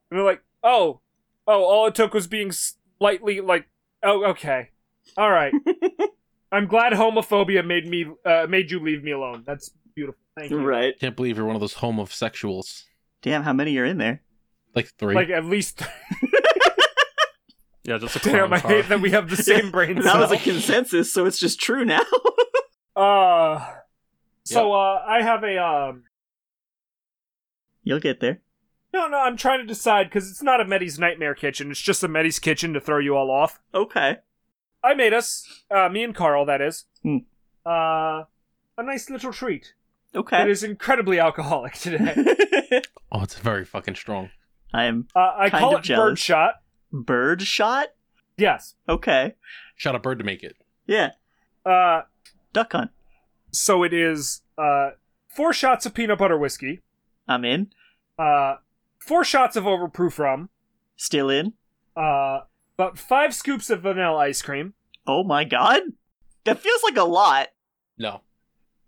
they're like, oh, oh, all it took was being slightly like, oh, okay, all right. I'm glad homophobia made me uh, made you leave me alone. That's beautiful. Thank you. Right. Can't believe you're one of those homosexuals. Damn, how many are in there? Like three. Like at least, Yeah, just a damn, clown I car. hate that we have the same brain That cell. was a consensus, so it's just true now. uh, so uh, I have a um, You'll get there. No, no, I'm trying to decide because it's not a Medi's Nightmare Kitchen. It's just a Medi's Kitchen to throw you all off. Okay. I made us, uh, me and Carl, that is, Hmm. uh, a nice little treat. It Okay. is incredibly alcoholic today. oh, it's very fucking strong. I am Uh, I Kind call of it jealous. birdshot. bird shot. Yes. Okay. Shot a bird to make it. Yeah. Uh, Duck hunt. so it is uh, four shots of peanut butter whiskey, I'm in. uh, four shots of overproof rum, Still in. uh, about five scoops of vanilla ice cream. Oh my god. That feels like a lot. No.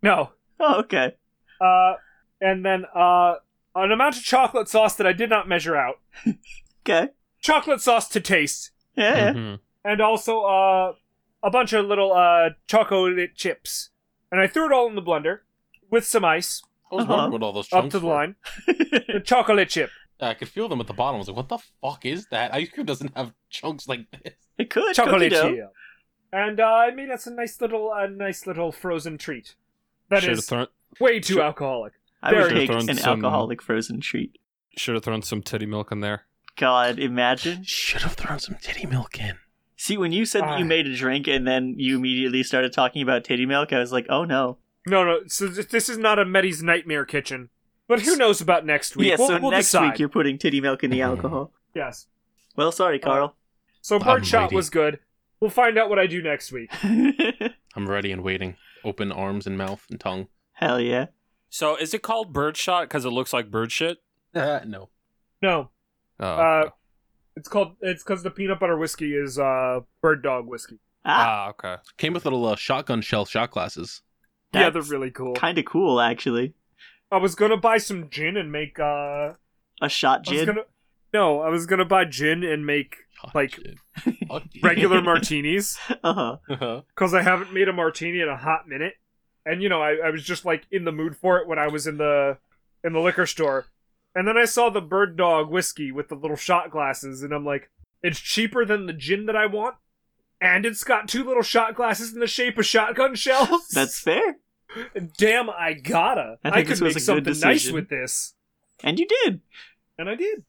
No, Oh, okay. uh, and then uh, an amount of chocolate sauce that I did not measure out. Okay. chocolate sauce to taste, Yeah. yeah. and also uh, a bunch of little uh, chocolate chips. And I threw it all in the blender with some ice I was Uh-huh. wondering what all those up chunks to the were. line. the chocolate chip. I could feel them at the bottom. I was like, what the fuck is that? Ice cream doesn't have chunks like this. It could. cookie chocolate dough. chip. And uh, I made us a nice little, a nice little frozen treat. That Should've is thrown, way too should- alcoholic. I would There it take is. an Some- alcoholic frozen treat. should have thrown some titty milk in there. God, imagine. Should have thrown some titty milk in. See, when you said that you Ah. made a drink and then you immediately started talking about titty milk, I was like, oh no. No, no. So th- this is not a Medi's nightmare kitchen. But who knows about next week? yeah, we'll, so we'll next decide. week you're putting titty milk in the alcohol. Yes. Well, sorry, Carl. So I'm birdshot ready. was good. We'll find out what I do next week. I'm ready and waiting. Open arms and mouth and tongue. Hell yeah. So is it called birdshot because it looks like bird shit? no. No, Oh, Uh, It's called. It's because the peanut butter whiskey is uh bird dog whiskey. Ah, ah, okay. Came with little uh, shotgun shell shot glasses. yeah, they're That's really cool. kind of cool, actually. I was gonna buy some gin and make. uh A shot I was gin. gonna. No, I was gonna buy gin and make Fuck, Like, dude. Fuck you. regular martinis Uh huh. because I haven't made a martini in a hot minute. And you know, I, I was just like in the mood for it when I was in the in the liquor store, and then I saw the bird dog whiskey with the little shot glasses, and I'm like, it's cheaper than the gin that I want, and it's got two little shot glasses in the shape of shotgun shells. That's fair. Damn, I gotta. I I, think this could was make a good something nice decision. with this. And you did. And I did.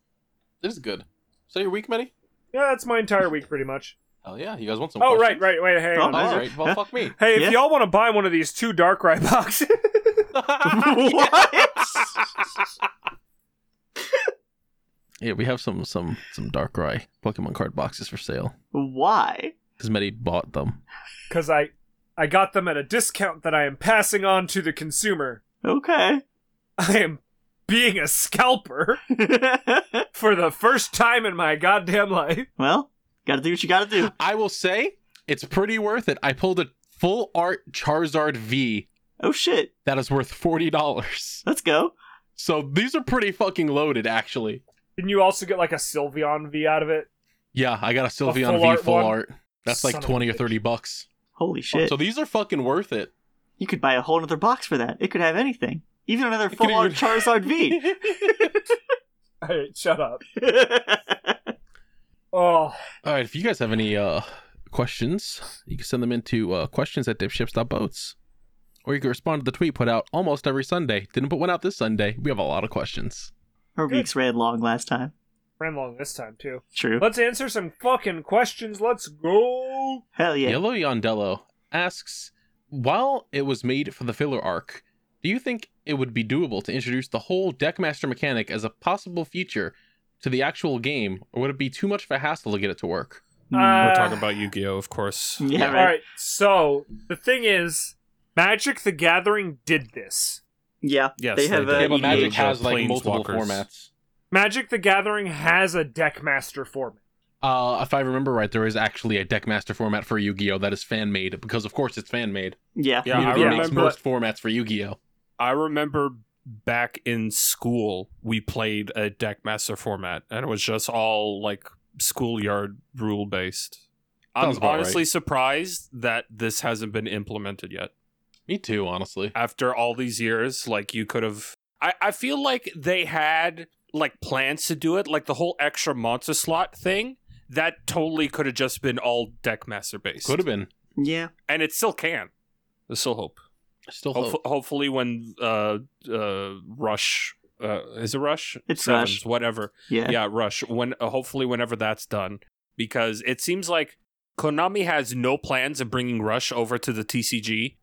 This is good. So your week, Manny? Yeah, that's my entire week pretty much. Hell yeah. You guys want some oh, right, questions? right, wait, hang Oh, on. nice. All right. Well, fuck me. Hey, if Yeah. y'all want to buy one of these two Dark Rye boxes, what? Yeah, we have some some some dark rye Pokemon card boxes for sale Why? because Medi bought them. because I, I got them at a discount that I am passing on to the consumer. Okay. I am being a scalper for the first time in my goddamn life. well, gotta do what you gotta do. I will say It's pretty worth it. I pulled a full art Charizard V Oh shit, that is worth forty dollars. let's go. So these are pretty fucking loaded, actually. Didn't you also get like a Sylveon V out of it? Yeah, I got a Sylveon full V art full one? art. That's Son like of a twenty or bitch. thirty bucks. Holy shit. So these are fucking worth it. you could buy a whole other box for that. It could have anything. Even another could full on even- Charizard V. All right, shut up. Oh, All right, if you guys have any uh questions, you can send them into uh, questions at dipships.boats. Or you can respond to the tweet put out almost every Sunday. Didn't put one out this Sunday. We have a lot of questions. Our weeks ran long last time. ran long this time too. True. Let's answer some fucking questions. Let's go. Hell yeah. Yellow Yondello asks While it was made for the filler arc, do you think it would be doable to introduce the whole Deckmaster mechanic as a possible feature to the actual game, or would it be too much of a hassle to get it to work? Hmm, We're Uh, talking about Yu Gi Oh, of course. Yeah, All right. right. So the thing is, Magic: The Gathering did this. Yeah. Yes, they have they a Yeah, but did. EDH. Magic has the like multiple Planeswalkers. formats. Magic: The Gathering has a Deckmaster format. Uh, if I remember right, there is actually a Deckmaster format for Yu-Gi-Oh that is fan made because, of course, it's fan made. Yeah. Yeah, I Yu-Gi-Oh makes remember. most formats for Yu-Gi-Oh. I remember back in school we played a deckmaster format, and it was just all like schoolyard rule based. I'm Sounds about honestly right. surprised that this hasn't been implemented yet. Me too, honestly. After all these years, like you could have. I, I feel like they had like plans to do it, like the whole extra monster slot thing. That totally could have just been all deckmaster based. Could have been. Yeah. and it still can. There's still hope. Still Hopef- hope. hopefully when uh uh rush uh is it rush It's Rush. whatever Yeah. yeah, rush when uh, hopefully whenever that's done because it seems like konami has no plans of bringing rush over to the tcg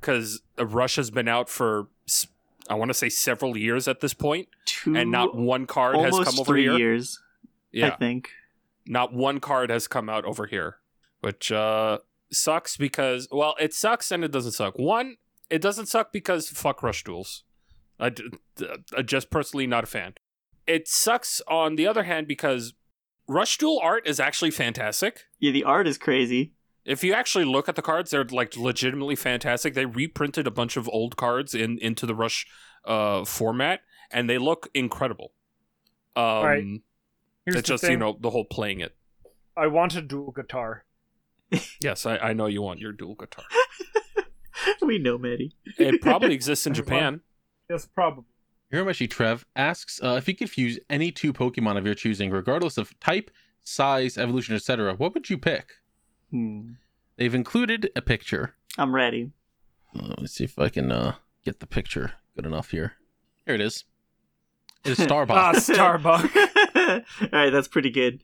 because uh, rush has been out for s- i want to say several years at this point Two and not one card has Mm, almost come over three here years, yeah I think. not one card has come out over here, which uh, sucks because well, it sucks and it doesn't suck. One, it doesn't suck because fuck rush duels. I, d- d- I just personally not a fan. It sucks on the other hand because rush duel art is actually fantastic. Yeah, the art is crazy. If you actually look at the cards, they're like legitimately fantastic. They reprinted a bunch of old cards in into the rush uh, format, and they look incredible. Um, right. Here's It's the just thing. you know the whole playing it. I want a dual guitar. Yes, I, I know you want your dual guitar. we know Maddie. It probably exists in Well- Japan. Yes, probably. Hiramashi Trev asks uh, if you could fuse any two Pokemon of your choosing, regardless of type, size, evolution, etc. What would you pick? Hmm. They've included a picture. I'm ready. Uh, let me see if I can uh, get the picture good enough here. Here it is. It is Starbucks. Ah, Starbuck. All right, that's pretty good.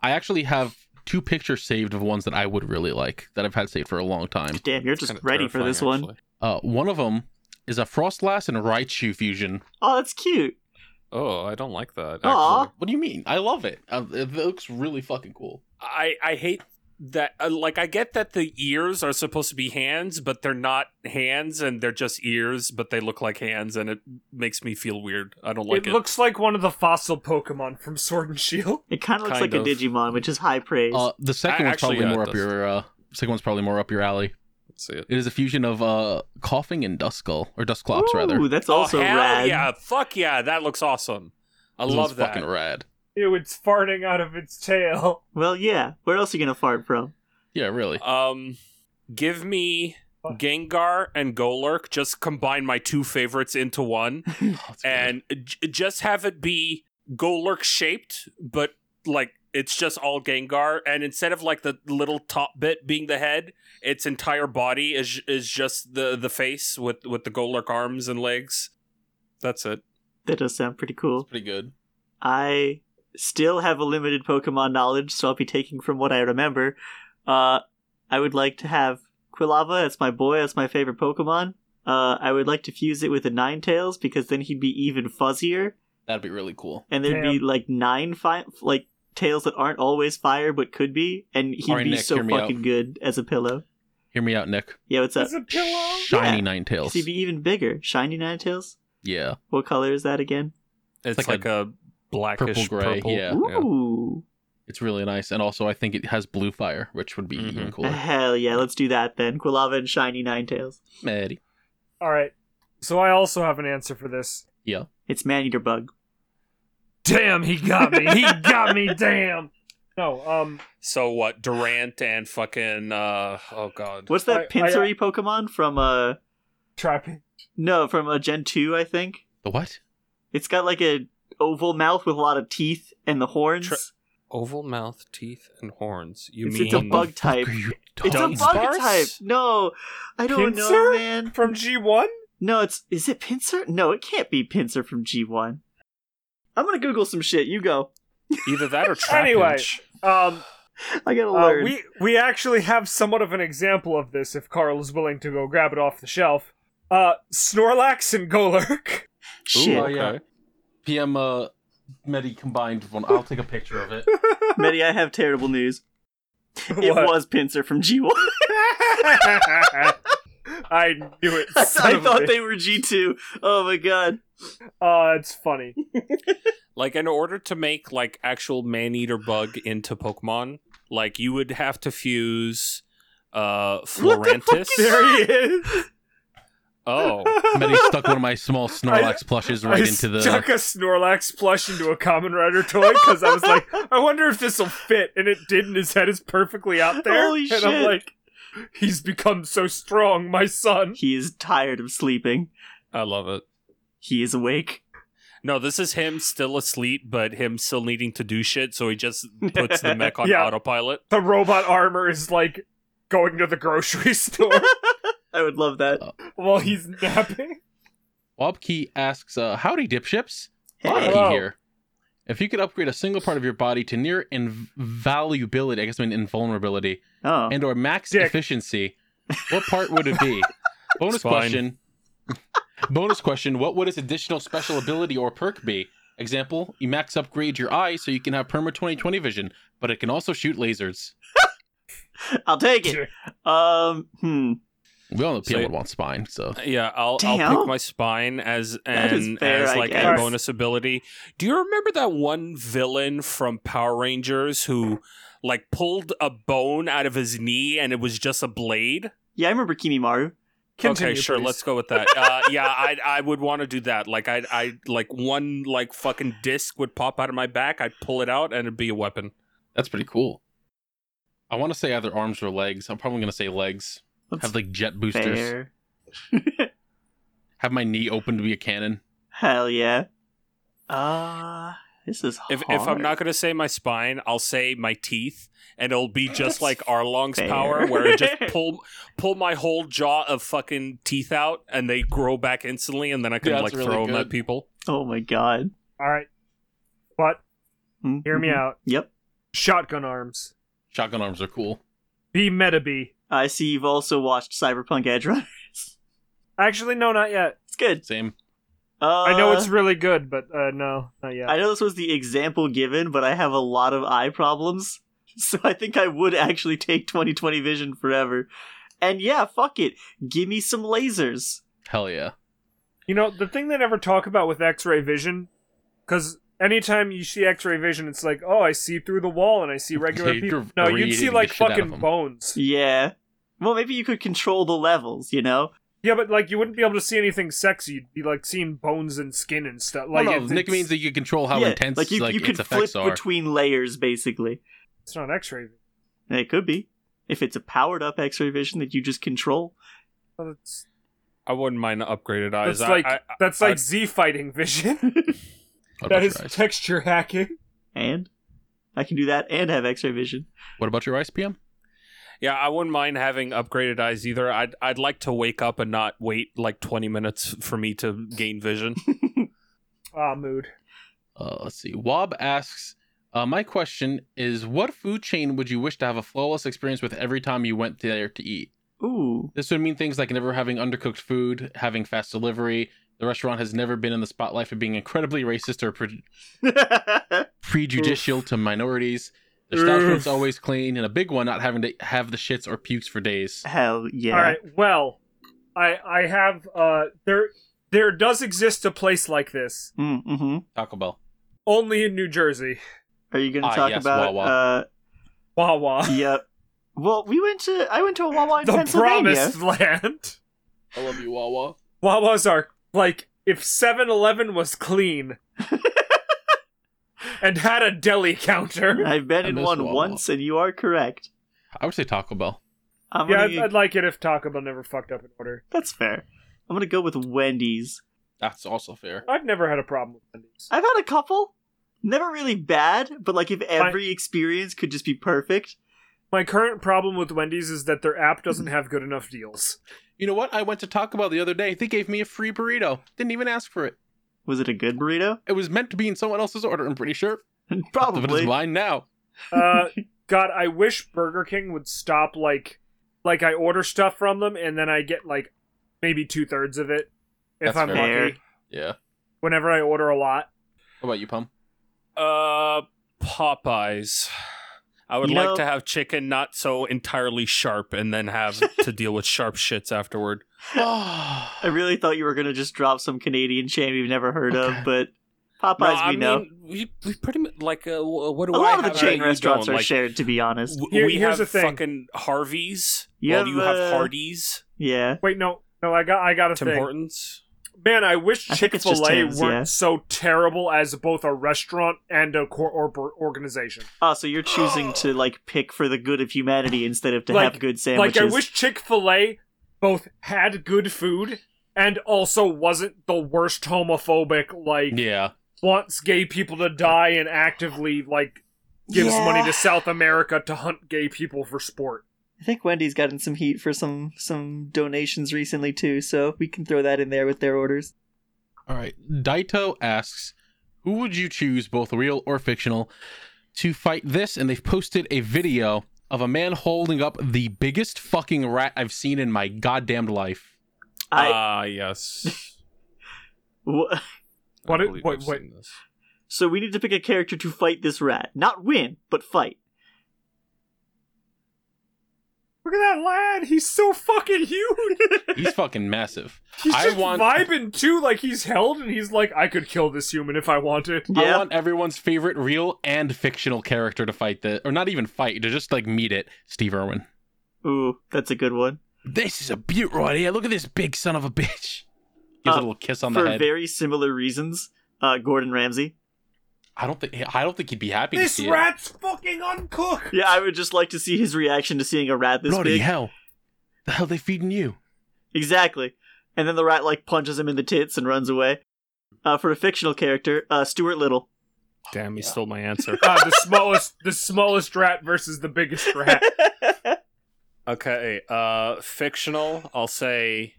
I actually have two pictures saved of ones that I would really like that I've had saved for a long time. Damn, you're It's just kinda ready for terrifying, this one. actually. Uh, one of them is a Frostlass and Raichu fusion. Oh, that's cute. Oh, I don't like that. Aw. Actually. What do you mean? I love it. Uh, it looks really fucking cool. I I hate that. Uh, like, I get that the ears are supposed to be hands, but they're not hands, and they're just ears, but they look like hands, and it makes me feel weird. I don't like it, it. looks like one of the fossil Pokemon from Sword and Shield. It kind of looks Kind like of. a Digimon, which is high praise. Uh, the second I- one's actually, probably yeah, more it up does. your. Uh, second one's probably more up your alley. Let's see it. It is a fusion of uh, coughing and Duskull or Dusclops Ooh, rather. that's also oh, hell rad. Yeah, fuck yeah, that looks awesome. I This love one's that. Fucking rad. Ew, it's farting out of its tail. Well, yeah. Where else are you gonna fart from? Yeah, really. Um, give me Gengar and Golurk. Just combine my two favorites into one. That's good. and j- just have it be Golurk shaped, but like it's just all Gengar, and instead of like the little top bit being the head, its entire body is is just the the face with with the Golurk arms and legs. That's it. That does sound pretty cool. pretty good. I still have a limited Pokemon knowledge, so I'll be taking from what I remember. Uh, I would like to have Quilava. That's my boy. That's my favorite Pokemon. Uh, I would like to fuse it with a Ninetales because then he'd be even fuzzier, That'd be really cool. and there'd be like nine fi- like tails that aren't always fire but could be, and he'd Alright, be Nick, so hear me fucking out. good as a pillow. Hear me out, Nick. Yeah, what's up? It's a pillow. Shiny Yeah. Nine Ninetales. So he'd be even bigger. Shiny Ninetales. Yeah. What color is that again? It's like like, a a blackish purple-gray, yeah. Ooh. It's really nice, and also I think it has blue fire, which would be even Mhm. cooler. Hell yeah, let's do that then. Quilava and Shiny Ninetails. Maddie. All right. So I also have an answer for this. Yeah. It's Maneater Bug. Damn, he got me. He got me. Damn. No. Um. So what? Durant and fucking uh oh god. What's that I- I- pincery Pokemon from uh Trappy. no, from uh, Gen 2, I think. The what? It's got like a oval mouth with a lot of teeth and the horns. Tra- Oval mouth, teeth, and horns. You it's, mean it's a bug type. Fuck are you It's a talking bug about? Dunsparce? type. No, I don't know, Pinsir? man. From G one. No, it's is it Pincer? No, it can't be Pincer from G1. I'm gonna Google some shit. You go. Either that or trapinch. Anyway. Um. I gotta uh, learn. we we actually have somewhat of an example of this if Carl is willing to go grab it off the shelf. Uh, Snorlax and Golurk. Shit, Oh, yeah. PM uh, Medi combined one. I'll take a picture of it. Medi, I have terrible news. It What? was Pincer from G1. I knew it. I son of a thought bitch. they were G2. Oh my god. Uh, it's funny. Like in order to make like actual man eater bug into Pokemon, like you would have to fuse uh What the fuck Florentis. is There he is. oh. Medi stuck one of my small Snorlax plushes right I into the. stuck a Snorlax plush into a Common Rider toy because I was like, I wonder if this will fit, and it did, and his head is perfectly out there. Holy and shit. I'm like, he's become so strong, my son. He is tired of sleeping. I love it. He is awake. No, this is him still asleep, but him still needing to do shit, so he just puts the mech on Yeah. autopilot. The robot armor is like going to the grocery store I would love that. while he's napping. Wobkey asks, uh, "Howdy, dipships. Wobkey Hey. Hello. here. If you could upgrade a single part of your body to near invaluability, I guess I mean invulnerability, Oh. and or max Dick. efficiency, what part would it be? Bonus Spine. question. Bonus question: What would its additional special ability or perk be? Example: You max upgrade your eye so you can have perma 2020 vision, but it can also shoot lasers. I'll take it. Um, hmm. We all know So- PM would want spine, so Yeah, I'll I'll Damn. pick my spine as That is and fair, as I like a guess. bonus ability. Do you remember that one villain from Power Rangers who like pulled a bone out of his knee and it was just a blade? Yeah, I remember Kimimaru. Continue, okay, sure, please. let's go with that. Uh, yeah, I I would want to do that. Like I I like one like fucking disc would pop out of my back. I'd pull it out and it'd be a weapon. that's pretty cool. I want to say either arms or legs. I'm probably gonna say legs. That's Have like jet boosters. fair. Have my knee open to be a cannon. Hell yeah. Uh, this is If hard. if I'm not gonna say my spine, I'll say my teeth, and it'll be just like Arlong's fair. power, where I just pull pull my whole jaw of fucking teeth out, and they grow back instantly, and then I can Yeah, like that's really throw them good. at people. Oh my god. All right. But Mhm. hear me out. Yep. Shotgun arms. Shotgun arms are cool. Be meta be. I see you've also watched Cyberpunk Edge Runner. Actually, no, not yet. It's good. Same. Uh, I know it's really good, but uh, no, not yet. I know this was the example given, but I have a lot of eye problems, so I think I would actually take 2020 vision forever. And yeah, fuck it. Give me some lasers. Hell yeah. You know, the thing they never talk about with x ray vision, because anytime you see x ray vision, it's like, oh, I see through the wall and I see regular You're people. No, you'd reading see the like shit out of fucking them. bones. Yeah. Well, maybe you could control the levels, you know? Yeah, but like you wouldn't be able to see anything sexy. You'd be like seeing bones and skin and stuff. Like, well, it's, no, Nick it's- means that you control how yeah, intense like you, you its could flip effects are. between layers, basically. it's not x ray. And it could be. If it's a powered up X ray vision that you just control. That's, I wouldn't mind upgraded eyes. that's I, like I, I- that's like I'd- Z fighting vision. what, that about is your eyes? texture hacking. And I can do that and have X ray vision. what about your ice PM? yeah, I wouldn't mind having upgraded eyes either. I'd I'd like to wake up and not wait like 20 minutes for me to gain vision. Ah, mood. Uh, let's see. Wob asks, uh, my question is, what food chain would you wish to have a flawless experience with every time you went there to eat? Ooh. This would mean things like never having undercooked food, having fast delivery. The restaurant has never been in the spotlight for being incredibly racist or pre- prejudicial to minorities. The Oof. bathroom's always clean, and a big one, not having to have the shits or pukes for days. Hell yeah. All right. Well, I I have uh there there does exist a place like this Mm hmm. Taco Bell. only in New Jersey. Are you going to Ah, talk yes, about? Wawa. Uh, Wawa. yep. Well, we went to I went to a Wawa in The Pennsylvania. promised land. I love you, Wawa. Wawas are like if 7 Eleven was clean and had a deli counter. I've been I in miss one Wawa. once, and you are correct. I would say Taco Bell. I'm Yeah, I'd, gonna, I'd like it if Taco Bell never fucked up an order. that's fair. I'm gonna go with Wendy's. That's also fair. I've never had a problem with Wendy's. I've had a couple, never really bad, but like if every experience could just be perfect, My current problem with Wendy's is that their app doesn't have good enough deals. You know what? I went to Taco Bell the other day. They gave me a free burrito. Didn't even ask for it. was it a good burrito? It was meant to be in someone else's order, I'm pretty sure. But it's Probably. mine now. Uh, God, I wish Burger King would stop like, like I order stuff from them and then I get like maybe two thirds of it if That's I'm fair. lucky. Yeah. Whenever I order a lot, How about you, Pum? Uh, Popeyes. I would You like know- to have chicken not so entirely sharp and then have to deal with sharp shits afterward. I really thought you were gonna just drop some Canadian shame you've never heard of, but Popeyes No, we I know. mean, we, we pretty much, like, uh, wh- what do a I lot of the have that chain you restaurants don't? are Like, shared, to be honest. w- Here- we here's have the thing. fucking Harvey's. You well, have, you have uh, Hardee's, Yeah. wait, no, no, I got, I got a Tim thing. Hortons. Man, I wish I Chick think it's just Fil A Tim's, weren't yeah. so terrible as both a restaurant and a cor- or- organization. Oh, so you're choosing to like pick for the good of humanity instead of to Like- have good Like, sandwiches. I wish Chick Fil A both had good food and also wasn't the worst homophobic like. Yeah. wants gay people to die and actively like gives Yeah. money to South America to hunt gay people for sport. I think Wendy's gotten some heat for some some donations recently too, so we can throw that in there with their orders. All right. Daito asks, who would you choose, both real or fictional, to fight this? And they've posted a video of a man holding up the biggest fucking rat I've seen in my goddamn life. I Ah, yes. w- What I it- believe wait, I've wait. seen this. so we need to pick a character to fight this rat, not win, but fight. Look at that lad, he's so fucking huge. He's fucking massive. He's I just want- vibing too, like he's held and he's like, I could kill this human if I wanted. I Yeah. want everyone's favorite real and fictional character to fight the, or not even fight, to just like meet it, Steve Irwin. Ooh, that's a good one. This is a beaut right here. Look at this big son of a bitch. Gives Uh, a little kiss on the for head. very similar reasons, uh, Gordon Ramsay. I don't think I don't think he'd be happy This to see rat's fucking uncooked. Yeah, I would just like to see his reaction to seeing a rat it. this Bloody big. hell! The hell they feeding you? Exactly. And then the rat like punches him in the tits and runs away. Uh, for a fictional character, uh, Stuart Little. Damn, he stole my answer. Ah, the smallest, the smallest rat versus the biggest rat. Okay, uh fictional, I'll say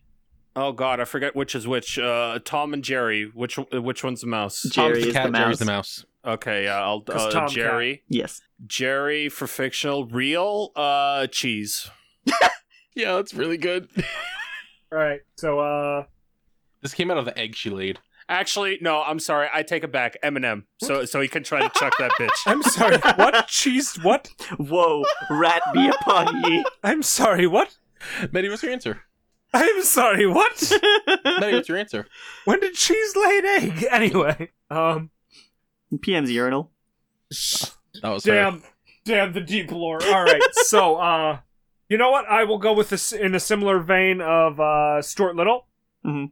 Oh god, I forget which is which. Uh Tom and Jerry, which which one's the mouse? Jer- Jerry Tom's the is cat, the Jerry's mouse. the mouse. Okay, yeah, I'll 'Cause uh, Tom Jerry. Yes. Jerry for fictional, real uh cheese. Yeah, that's really good. All right, so uh, this came out of the egg she laid. Actually, no, I'm sorry. I take it back. Eminem. So so he can try to chuck that bitch. I'm sorry. What cheese? What? Whoa, rat be upon ye. I'm sorry. What? Betty, what's your answer? I'm sorry. What? Betty, what's your answer? When did cheese lay an egg? Anyway, um, PM's urinal. That was her. damn, damn the deep lore. All right, so uh, you know what? I will go with this in a similar vein of uh, Stuart Little. Mhm.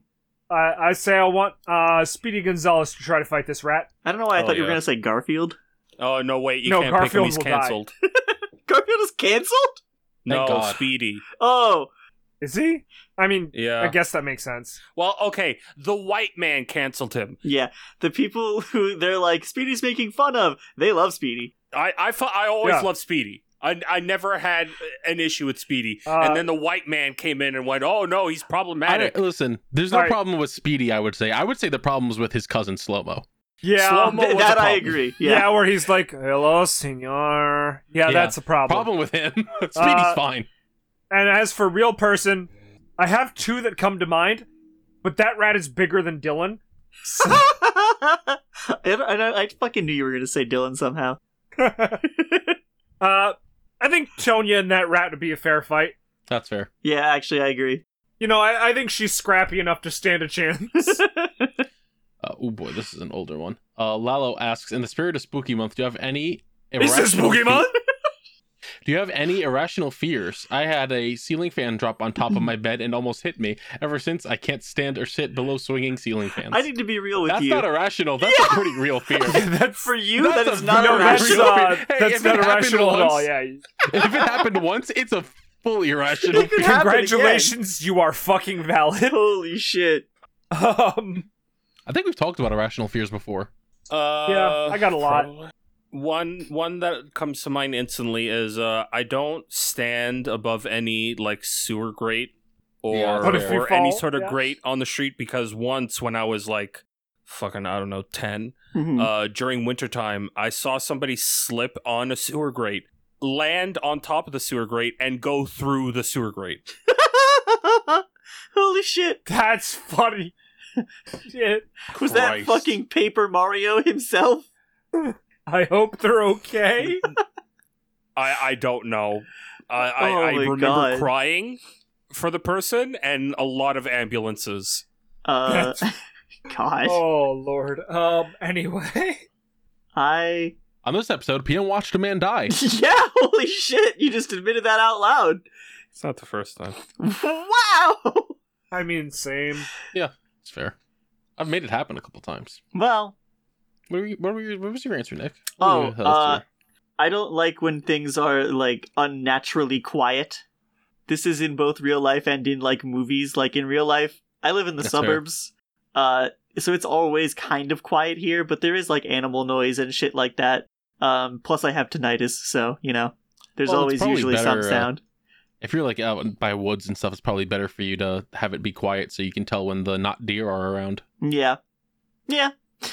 I I say I want uh Speedy Gonzalez to try to fight this rat. I don't know why I Oh, thought you were yeah. gonna say Garfield. Oh no, wait, you No, can't Garfield pick will him. He's die. canceled. Garfield is canceled. no, Thank God. Speedy. Oh, Is he? I mean, Yeah. I guess that makes sense. Well, okay, the white man canceled him. yeah. The people who they're like Speedy's making fun of. They love Speedy. I I, fu- I always Yeah. loved Speedy. I, I never had an issue with Speedy. Uh, and then the white man came in and went, "Oh no, he's I problematic." don't, listen, there's no All right. problem with Speedy. I would say. I would say the problem was with his cousin Slow Mo. Yeah. Slow-mo Th- was that a I problem. agree. yeah, Yeah. where he's like, "Hello, senor." Yeah, Yeah. that's a problem. Problem with him. Speedy's Uh, fine. And as for real person, I have two that come to mind, but that rat is bigger than Dylan. So- I, don't- I, don't- I fucking knew you were gonna say Dylan somehow. uh, I think Tonya and that rat would be a fair fight. That's fair. Yeah, actually, I agree. You know, I, I think she's scrappy enough to stand a chance. Uh, oh boy, this is an older one. Uh, Lalo asks, in the spirit of spooky month, do you have any? Is this irrational fe- Pokemon? Do you have any irrational fears? I had a ceiling fan drop on top of my bed and almost hit me. Ever since, I can't stand or sit below swinging ceiling fans. I need to be real with That's you. not irrational. That's a pretty real fear. that's For you, That's that a- is not no, no, that's, that's irrational. uh, uh, Hey, that's if it not happened irrational at all. once- Yeah. if it happened once, it's a fully irrational It could fear. happen again. Congratulations, you are fucking valid. Holy shit. Um, I think we've talked about irrational fears before. Uh, Yeah, I got a lot. probably. One one that comes to mind instantly is uh, I don't stand above any like sewer grate or, Yeah, But if you or any fall, sort of yeah. grate on the street because once when I was like fucking I don't know 10 Mhm. uh, during wintertime I saw somebody slip on a sewer grate land on top of the sewer grate and go through the sewer grate. Holy shit. that's funny. Shit. Was that Christ. fucking Paper Mario himself? I hope they're okay. I I don't know. I I, Oh I my remember God. crying for the person and a lot of ambulances. Uh, God. oh lord. Um. Anyway, I. On this episode, PM watched a man die. Yeah, holy shit. You just admitted that out loud. It's not the first time. Wow. I mean, same. It's fair. I've made it happen a couple times. Well, What, were you, what, were you, what was your answer, Nick? Oh, What was your health uh, I don't like when things are like unnaturally quiet. This is in both real life and in like movies. Like in real life, I live in the That's fair. suburbs. Uh so it's always kind of quiet here, but there is like animal noise and shit like that. Um plus I have tinnitus, so, you know, there's Well, always it's probably usually some better, uh, sound. If you're like out by woods and stuff, it's probably better for you to have it be quiet so you can tell when the not deer are around. Yeah. Yeah.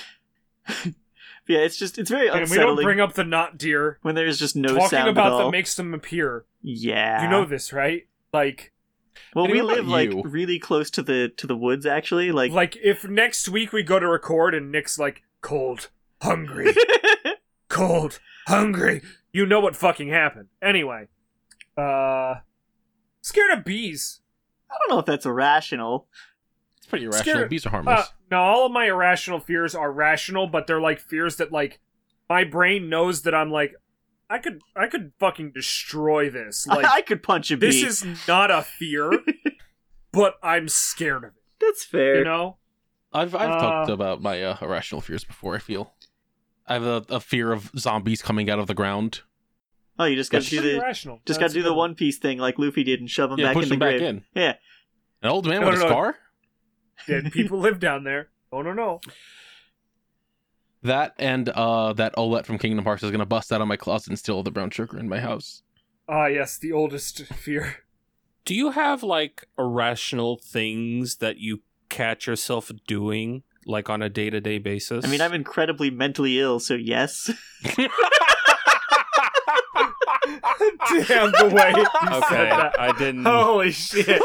yeah, it's just it's very And we don't unsettling bring up the not deer. when there's just no Talking sound at about all. them makes them appear. yeah. You know this, right? Like, Well, And we what about live like you? really close to the to the woods, actually. Like, like, if next week we go to record and Nick's like cold, hungry, cold, hungry. You know what fucking happened. Anyway, uh, scared of bees. I don't know if that's irrational. It's pretty irrational. Scared- Bees are Uh, harmless. no, all of my irrational fears are rational, but they're like fears that like my brain knows that I'm like, I could, I could fucking destroy this. Like, I, I could punch a bee. this is not a fear, but I'm scared of it. that's fair. You know? I've I've uh, talked about my uh, irrational fears before. I feel I have a, a fear of zombies coming out of the ground. oh, you just got to do Pretty the rational. just got That's to do good. the One Piece thing, like Luffy did, and shove him yeah, back push in the them back grave. in. Yeah, An old man No, with no, a no. scar. Dead people live down there. Oh no no. That and uh that Olet from Kingdom Hearts is gonna bust out of my closet and steal the brown sugar in my house. Ah yes, the oldest fear. Do you have like irrational things that you catch yourself doing like on a day to day basis? I mean, I'm incredibly mentally ill, so yes. Damn the way you said okay. that. I Hmm. didn't. Holy shit.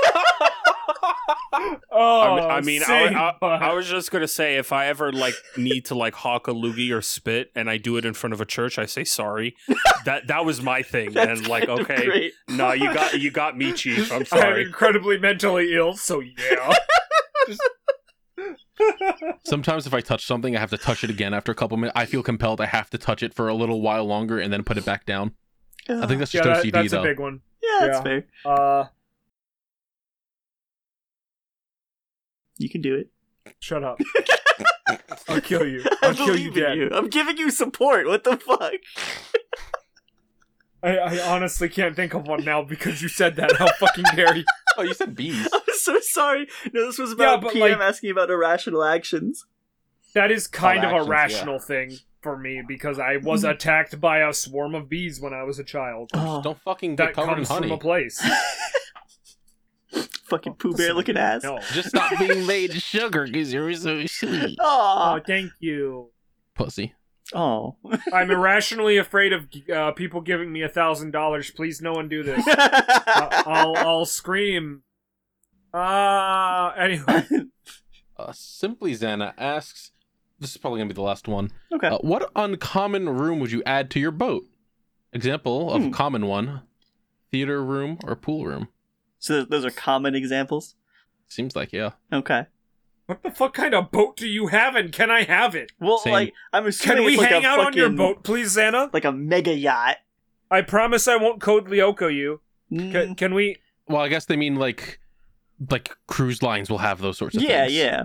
oh, I mean, I, mean sick, I, I, but- I was just gonna say if I ever like need to like hawk a loogie or spit and I do it in front of a church, I say sorry. that that was my thing, That's and like kind of okay, great. no, you got you got me, chief. I'm I'm sorry. incredibly mentally ill, so yeah. Sometimes if I touch something, I have to touch it again after a couple minutes. I feel compelled. I have to touch it for a little while longer and then put it back down. I think that's yeah, just that, OCD that's though. a big one. yeah, that's yeah. fair. Uh, You can do it. shut up. I'll kill you. I I'll kill you believe in dead. you. I'm giving you support. What the fuck? I, I honestly can't think of one now because you said that. How fucking dare you? Oh, you said bees. I'm so sorry. No, this was about but, PM like- asking about irrational actions. That is Oh, kind of actions, Mm-hmm. a rational thing for me because I was attacked by a swarm of bees when I was a child. Oh, Don't fucking get That covered in comes from honey. a place. Oh, fucking Pooh Bear looking ass. No. Just stop being made sugar because you're so sweet. Aw. Oh, Uh, thank you. Pussy. Oh. I'm irrationally afraid of uh, people giving me a thousand dollars. Please, no one do this. I- I'll I'll scream. Uh anyway, Uh, Simply Xana asks. This is probably gonna be the last one. okay. Uh, what uncommon room would you add to your boat? Example of Hmm. common one: theater room or pool room. So those are common examples. Seems like yeah. Okay. What the fuck kind of boat do you have, and can I have it? Well, Same. like I'm Can assuming we it's like hang a out fucking, on your boat, please, Xana? like a mega yacht. I promise I won't code Lyoko you. Ca- Mm, can we? Well, I guess they mean like like cruise lines will have those sorts of yeah, things. yeah.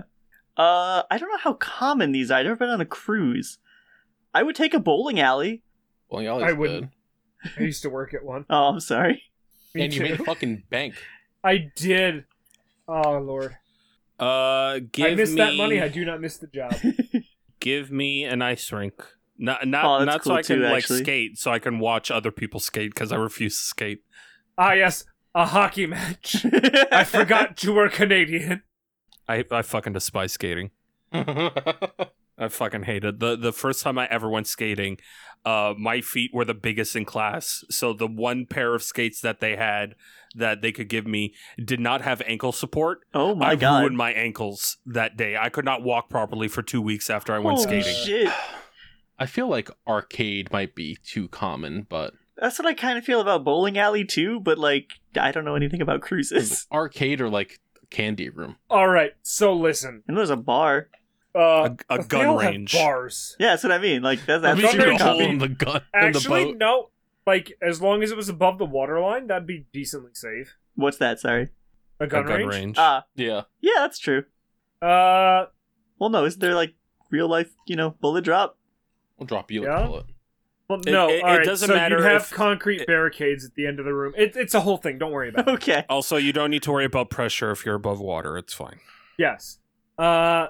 Uh, I don't know how common these are. I've never been on a cruise. I would take a bowling alley. Well, y'all I wouldn't. I used to work at one. Oh, I'm sorry. Me and you too. made fucking bank. I did. Oh lord, Uh, give I miss me that money. I do not miss the job. give me an ice rink. Not not Oh, that's not so cool I can too, like actually. skate, so I can watch other people skate because I refuse to skate. ah yes, a hockey match. I forgot you were Canadian. I I fucking despise skating. That's I fucking hate it. The the first time I ever went skating, uh, my feet were the biggest in class. So the one pair of skates that they had that they could give me did not have ankle support. Oh my I god. ruined my ankles that day. I could not walk properly for two weeks after I went Holy skating. shit. I feel like arcade might be too common, but That's what I kind of feel about bowling alley too, but like I don't know anything about cruises. arcade or like candy room. All right, so listen. And there's a bar. Uh, A- a they gun all have range. bars. Yeah, that's what I mean. Like that's At least you absolutely very could common. hold common. in the gun in the Actually, boat. no. Like as long as it was above the waterline, that'd be decently safe. What's that? Sorry. A A gun, range. Ah, Yeah. yeah, that's true. Uh, Well, no, isn't there like real life, you know, bullet drop? I'll drop you Yeah. a bullet. well, It- no. it- all it right, doesn't so matter You'd have if- concrete it- barricades at the end of the room. It, it's a whole thing. Don't worry about it. Okay. Also, you don't need to worry about pressure if you're above water. It's fine. Yes. Uh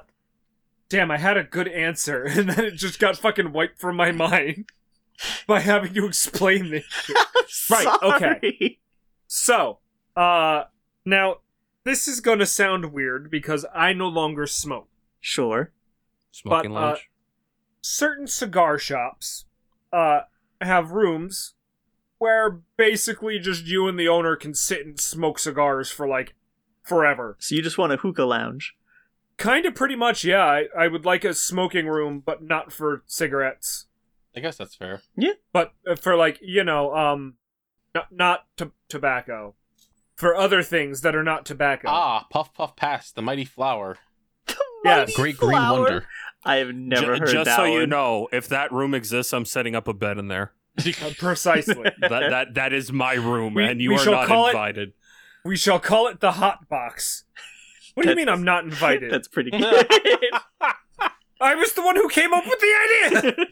damn, I had a good answer, and then it just got fucking wiped from my mind by having you explain this. Right, okay. So, uh now this is gonna sound weird because I no longer smoke. Sure. Smoking uh, lounge. Certain cigar shops uh have rooms where basically just you and the owner can sit and smoke cigars for like forever. So you just want a hookah lounge. Kind of pretty much, yeah. I, I would like a smoking room, but not for cigarettes. I guess that's fair. but uh, for like you know um n- not to- tobacco for other things that are not tobacco Ah, puff puff pass the mighty flower. yes Great green Flower. wonder. I have never Ju- heard just that so you one. know, if that room exists, I'm setting up a bed in there. Uh, precisely That that that is my room, We- and you we are shall not call it- invited. we shall call it the hot box what do you mean That's- i'm not invited That's pretty good. i was the one who came up with the idea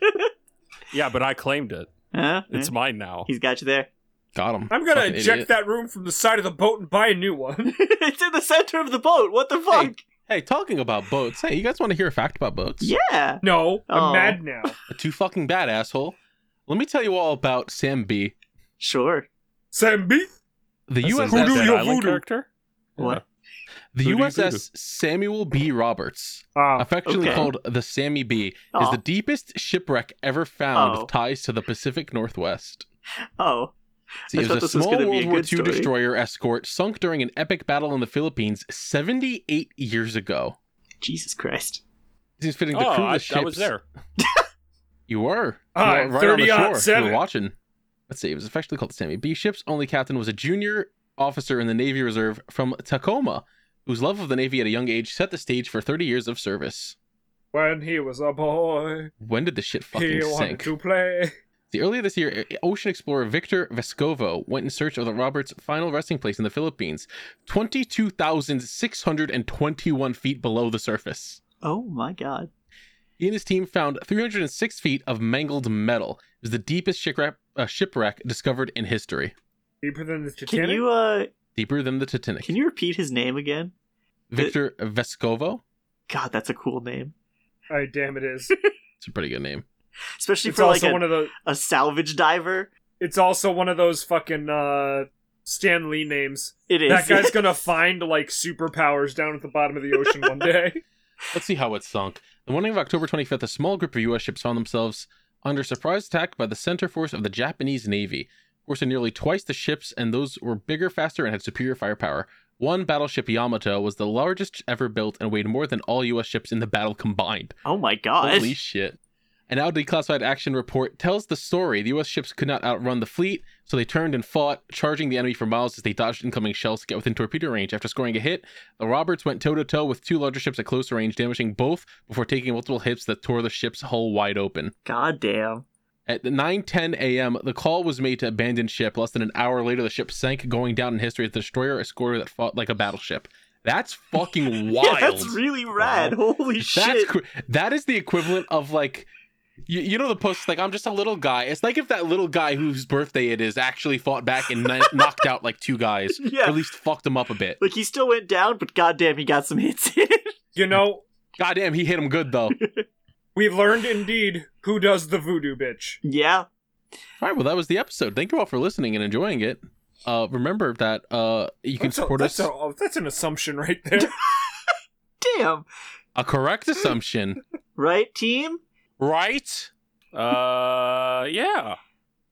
Yeah, but I claimed it. Huh? It's mine now. He's got you there. Got him. i'm gonna Fucking eject idiot. that room from the side of the boat and buy a new one it's in the center of the boat. What the fuck? Hey, talking about boats. Hey, you guys want to hear a fact about boats? Yeah. no i'm Oh. mad now Too fucking bad, asshole. Let me tell you all about Sam B. Sure. sam b The This U.S. is that Voodoo Dead your Island voodoo. character? What? The Voodoo, USS Samuel B. Roberts, Ah, affectionately okay. called the Sammy B, is Aw. the deepest shipwreck ever found Oh. with ties to the Pacific Northwest. Oh. See, I it thought was a this was small gonna be a World War II good story. destroyer escort sunk during an epic battle in the Philippines 78 years ago. Jesus Christ. Seems fitting Oh, the crew of I, the I was ships- there. You were. You Ah, were I'm right on 30 on the shore. You seven. were watching. Let's see. It was affectionately called the Sammy B. Ship's only captain was a junior officer in the Navy Reserve from Tacoma, whose love of the Navy at a young age set the stage for 30 years of service. when he was a boy When did the shit he fucking wanted sink? to play The earlier this year, ocean explorer Victor Vescovo went in search of the Roberts' final resting place in the Philippines, 22,621 feet below the surface. Oh my god. He and his team found 306 feet of mangled metal. It was the deepest shipwreck, uh, shipwreck discovered in history, deeper than the Can Titanic. you uh deeper than the Titanic. can you repeat his name again? Victor Vescovo. God, that's a cool name. oh damn it is It's a pretty good name. Especially it's for like also a, one of the a salvage diver. It's also one of those fucking uh, Stan Lee names. It is. That guy's gonna find like superpowers down at the bottom of the ocean one day. Let's see how it sunk. The morning of October 25th, a small group of U.S. ships found themselves under surprise attack by the center force of the Japanese Navy, forcing nearly twice the ships, and those were bigger, faster, and had superior firepower. One battleship Yamato was the largest ever built and weighed more than all U.S. ships in the battle combined. oh my god. Holy shit. An now declassified action report tells the story. The U.S. ships could not outrun the fleet, so they turned and fought, charging the enemy for miles as they dodged incoming shells to get within torpedo range. After scoring a hit, the Roberts went toe to toe with two larger ships at closer range, damaging both before taking multiple hits that tore the ship's hull wide open. God damn. At 9:10 a.m., the call was made to abandon ship. Less than an hour later, the ship sank, going down in history as the destroyer escorter that fought like a battleship. That's fucking wild. Yeah, that's really rad. Holy That's shit. cr- that is the equivalent of like you, you know the post like I'm just a little guy. It's like if that little guy whose birthday it is actually fought back and kn- knocked out like two guys, Yeah. or at least fucked them up a bit. like he still went down, but goddamn, he got some hits in. You know, Goddamn, he hit him good though. All we learned indeed who does the voodoo bitch. yeah. right, well that was the episode. Thank you all for listening and enjoying it. Uh, remember that uh, you can That's a- support that's us. a- oh, that's an assumption right there. Damn. a correct assumption, Right, team? right? Uh, yeah.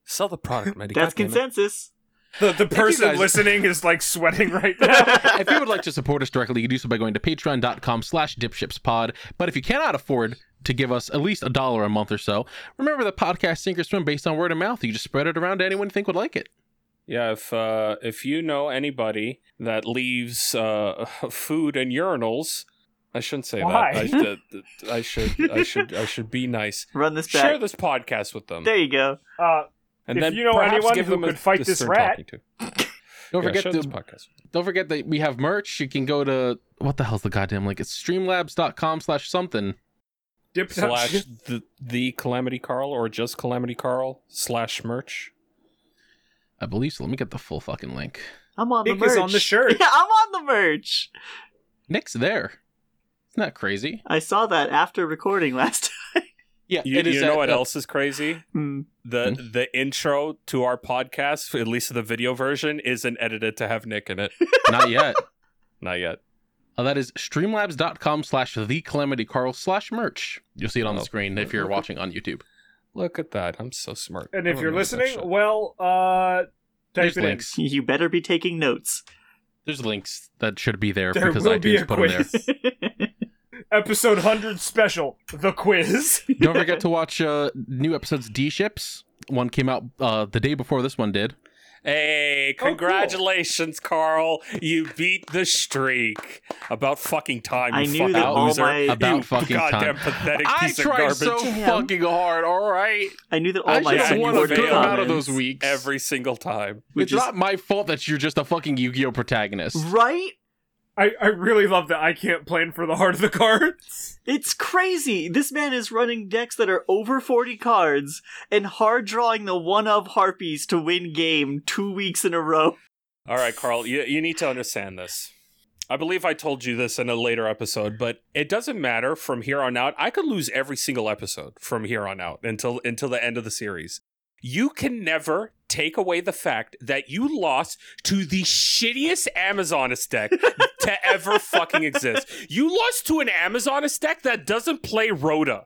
Sell the product, Maddie. That's God damn it. consensus. The, the person guys- listening is like sweating right now. if you would like to support us directly, you can do so by going to patreon.com slash dipshipspod. But if you cannot afford to give us at least a dollar a month or so, remember that podcast sink or swim based on word of mouth. You just spread it around to anyone you think would like it. Yeah, if uh, if you know anybody that leaves uh, food and urinals, I shouldn't say Why? that. I, th- th- I should I should I should be nice. Run this back. Share this podcast with them, There you go. Uh, and If then you know perhaps anyone give who them a- could fight this this they're rat. talking to. Don't Yeah, forget share to this podcast. don't forget that we have merch. You can go to what the hell's the goddamn link? It's streamlabs.com slash something. dip slash the, the calamity carl or just calamity carl slash merch I believe so. Let me get the full fucking link. I'm on the Nick merch. is on the shirt. Yeah, I'm on the merch. Nick's there. Isn't that crazy? I saw that after recording last Hmm. Yeah, you, you know at- what uh, else is crazy time. the the intro to our podcast at least the video version isn't edited to have nick in it Not yet. not yet Uh, that is streamlabs.com slash the calamity carl slash merch. You'll see it on the Oh. screen if you're watching on YouTube. look at that i'm so smart And I Oh, if you're remember that shit. listening, well, uh, type There's it in. links. you better be taking notes. There's links that should be there, There because will iTunes be a put them there. quiz. Episode 100 special, the quiz. Don't forget to watch uh, new episodes of D Ships. One came out uh, the day before this one did. hey Oh, cool. congratulations carl you beat the streak about fucking time you I knew fucking that all loser. my- About you fucking goddamn time. pathetic I piece of tried garbage so fucking hard. All right, I knew that all I my just sudden won a you senior good failed. amount of comments- those weeks. every single time which it's is- not my fault that you're just a fucking Yu-Gi-Oh protagonist. Right? I, I really love that I can't plan for the heart of the cards. It's crazy. This man is running decks that are over 40 cards and hard drawing the one of harpies to win game two weeks in a row. All right, Carl, you, you need to understand this. I believe I told you this in a later episode, but it doesn't matter from here on out. I could lose every single episode from here on out until until the end of the series. You can never take away the fact that you lost to the shittiest Amazonist deck to ever fucking exist. You lost to an Amazonist deck that doesn't play Rhoda.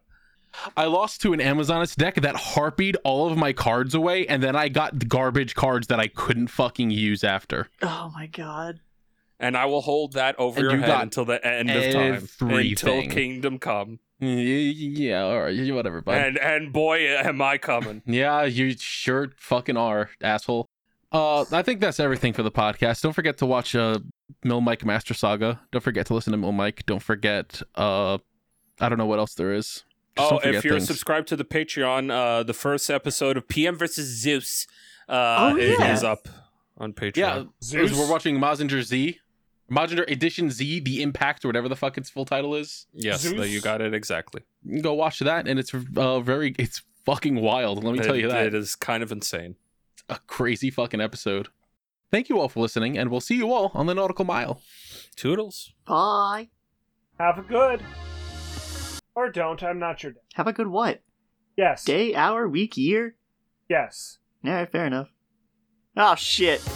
I lost to an Amazonist deck that harpied all of my cards away, and then I got garbage cards that I couldn't fucking use after. Oh my god. And I will hold that over And your you head got until the end of time. Until everything. Kingdom Come. Yeah, all right, whatever, bud. And and boy am I coming. Yeah, you sure fucking are, asshole. Uh, I think that's everything for the podcast. Don't forget to watch uh Mill Mike Master Saga. Don't forget to listen to Mill Mike. Don't forget uh, I don't know what else there is. Just oh, don't forget if you're things. subscribed to the Patreon, uh, the first episode of PM versus Zeus uh, Oh, i- yeah. is up on Patreon. yeah, Zeus. we're watching Mazinger Z, Mazinger Edition Z, the Impact or whatever the fuck its full title is. Yes, Zeus? no, you got it exactly. You can go watch that, and it's uh very it's fucking wild. Let me tell It- you that It is kind of insane. a crazy fucking episode. Thank you all for listening, and we'll see you all on the Nautical Mile. Toodles. Bye. Have a good. Or don't, I'm not sure. Have a good what? Yes. Day, hour, week, year? Yes. Yeah, fair enough. Oh shit.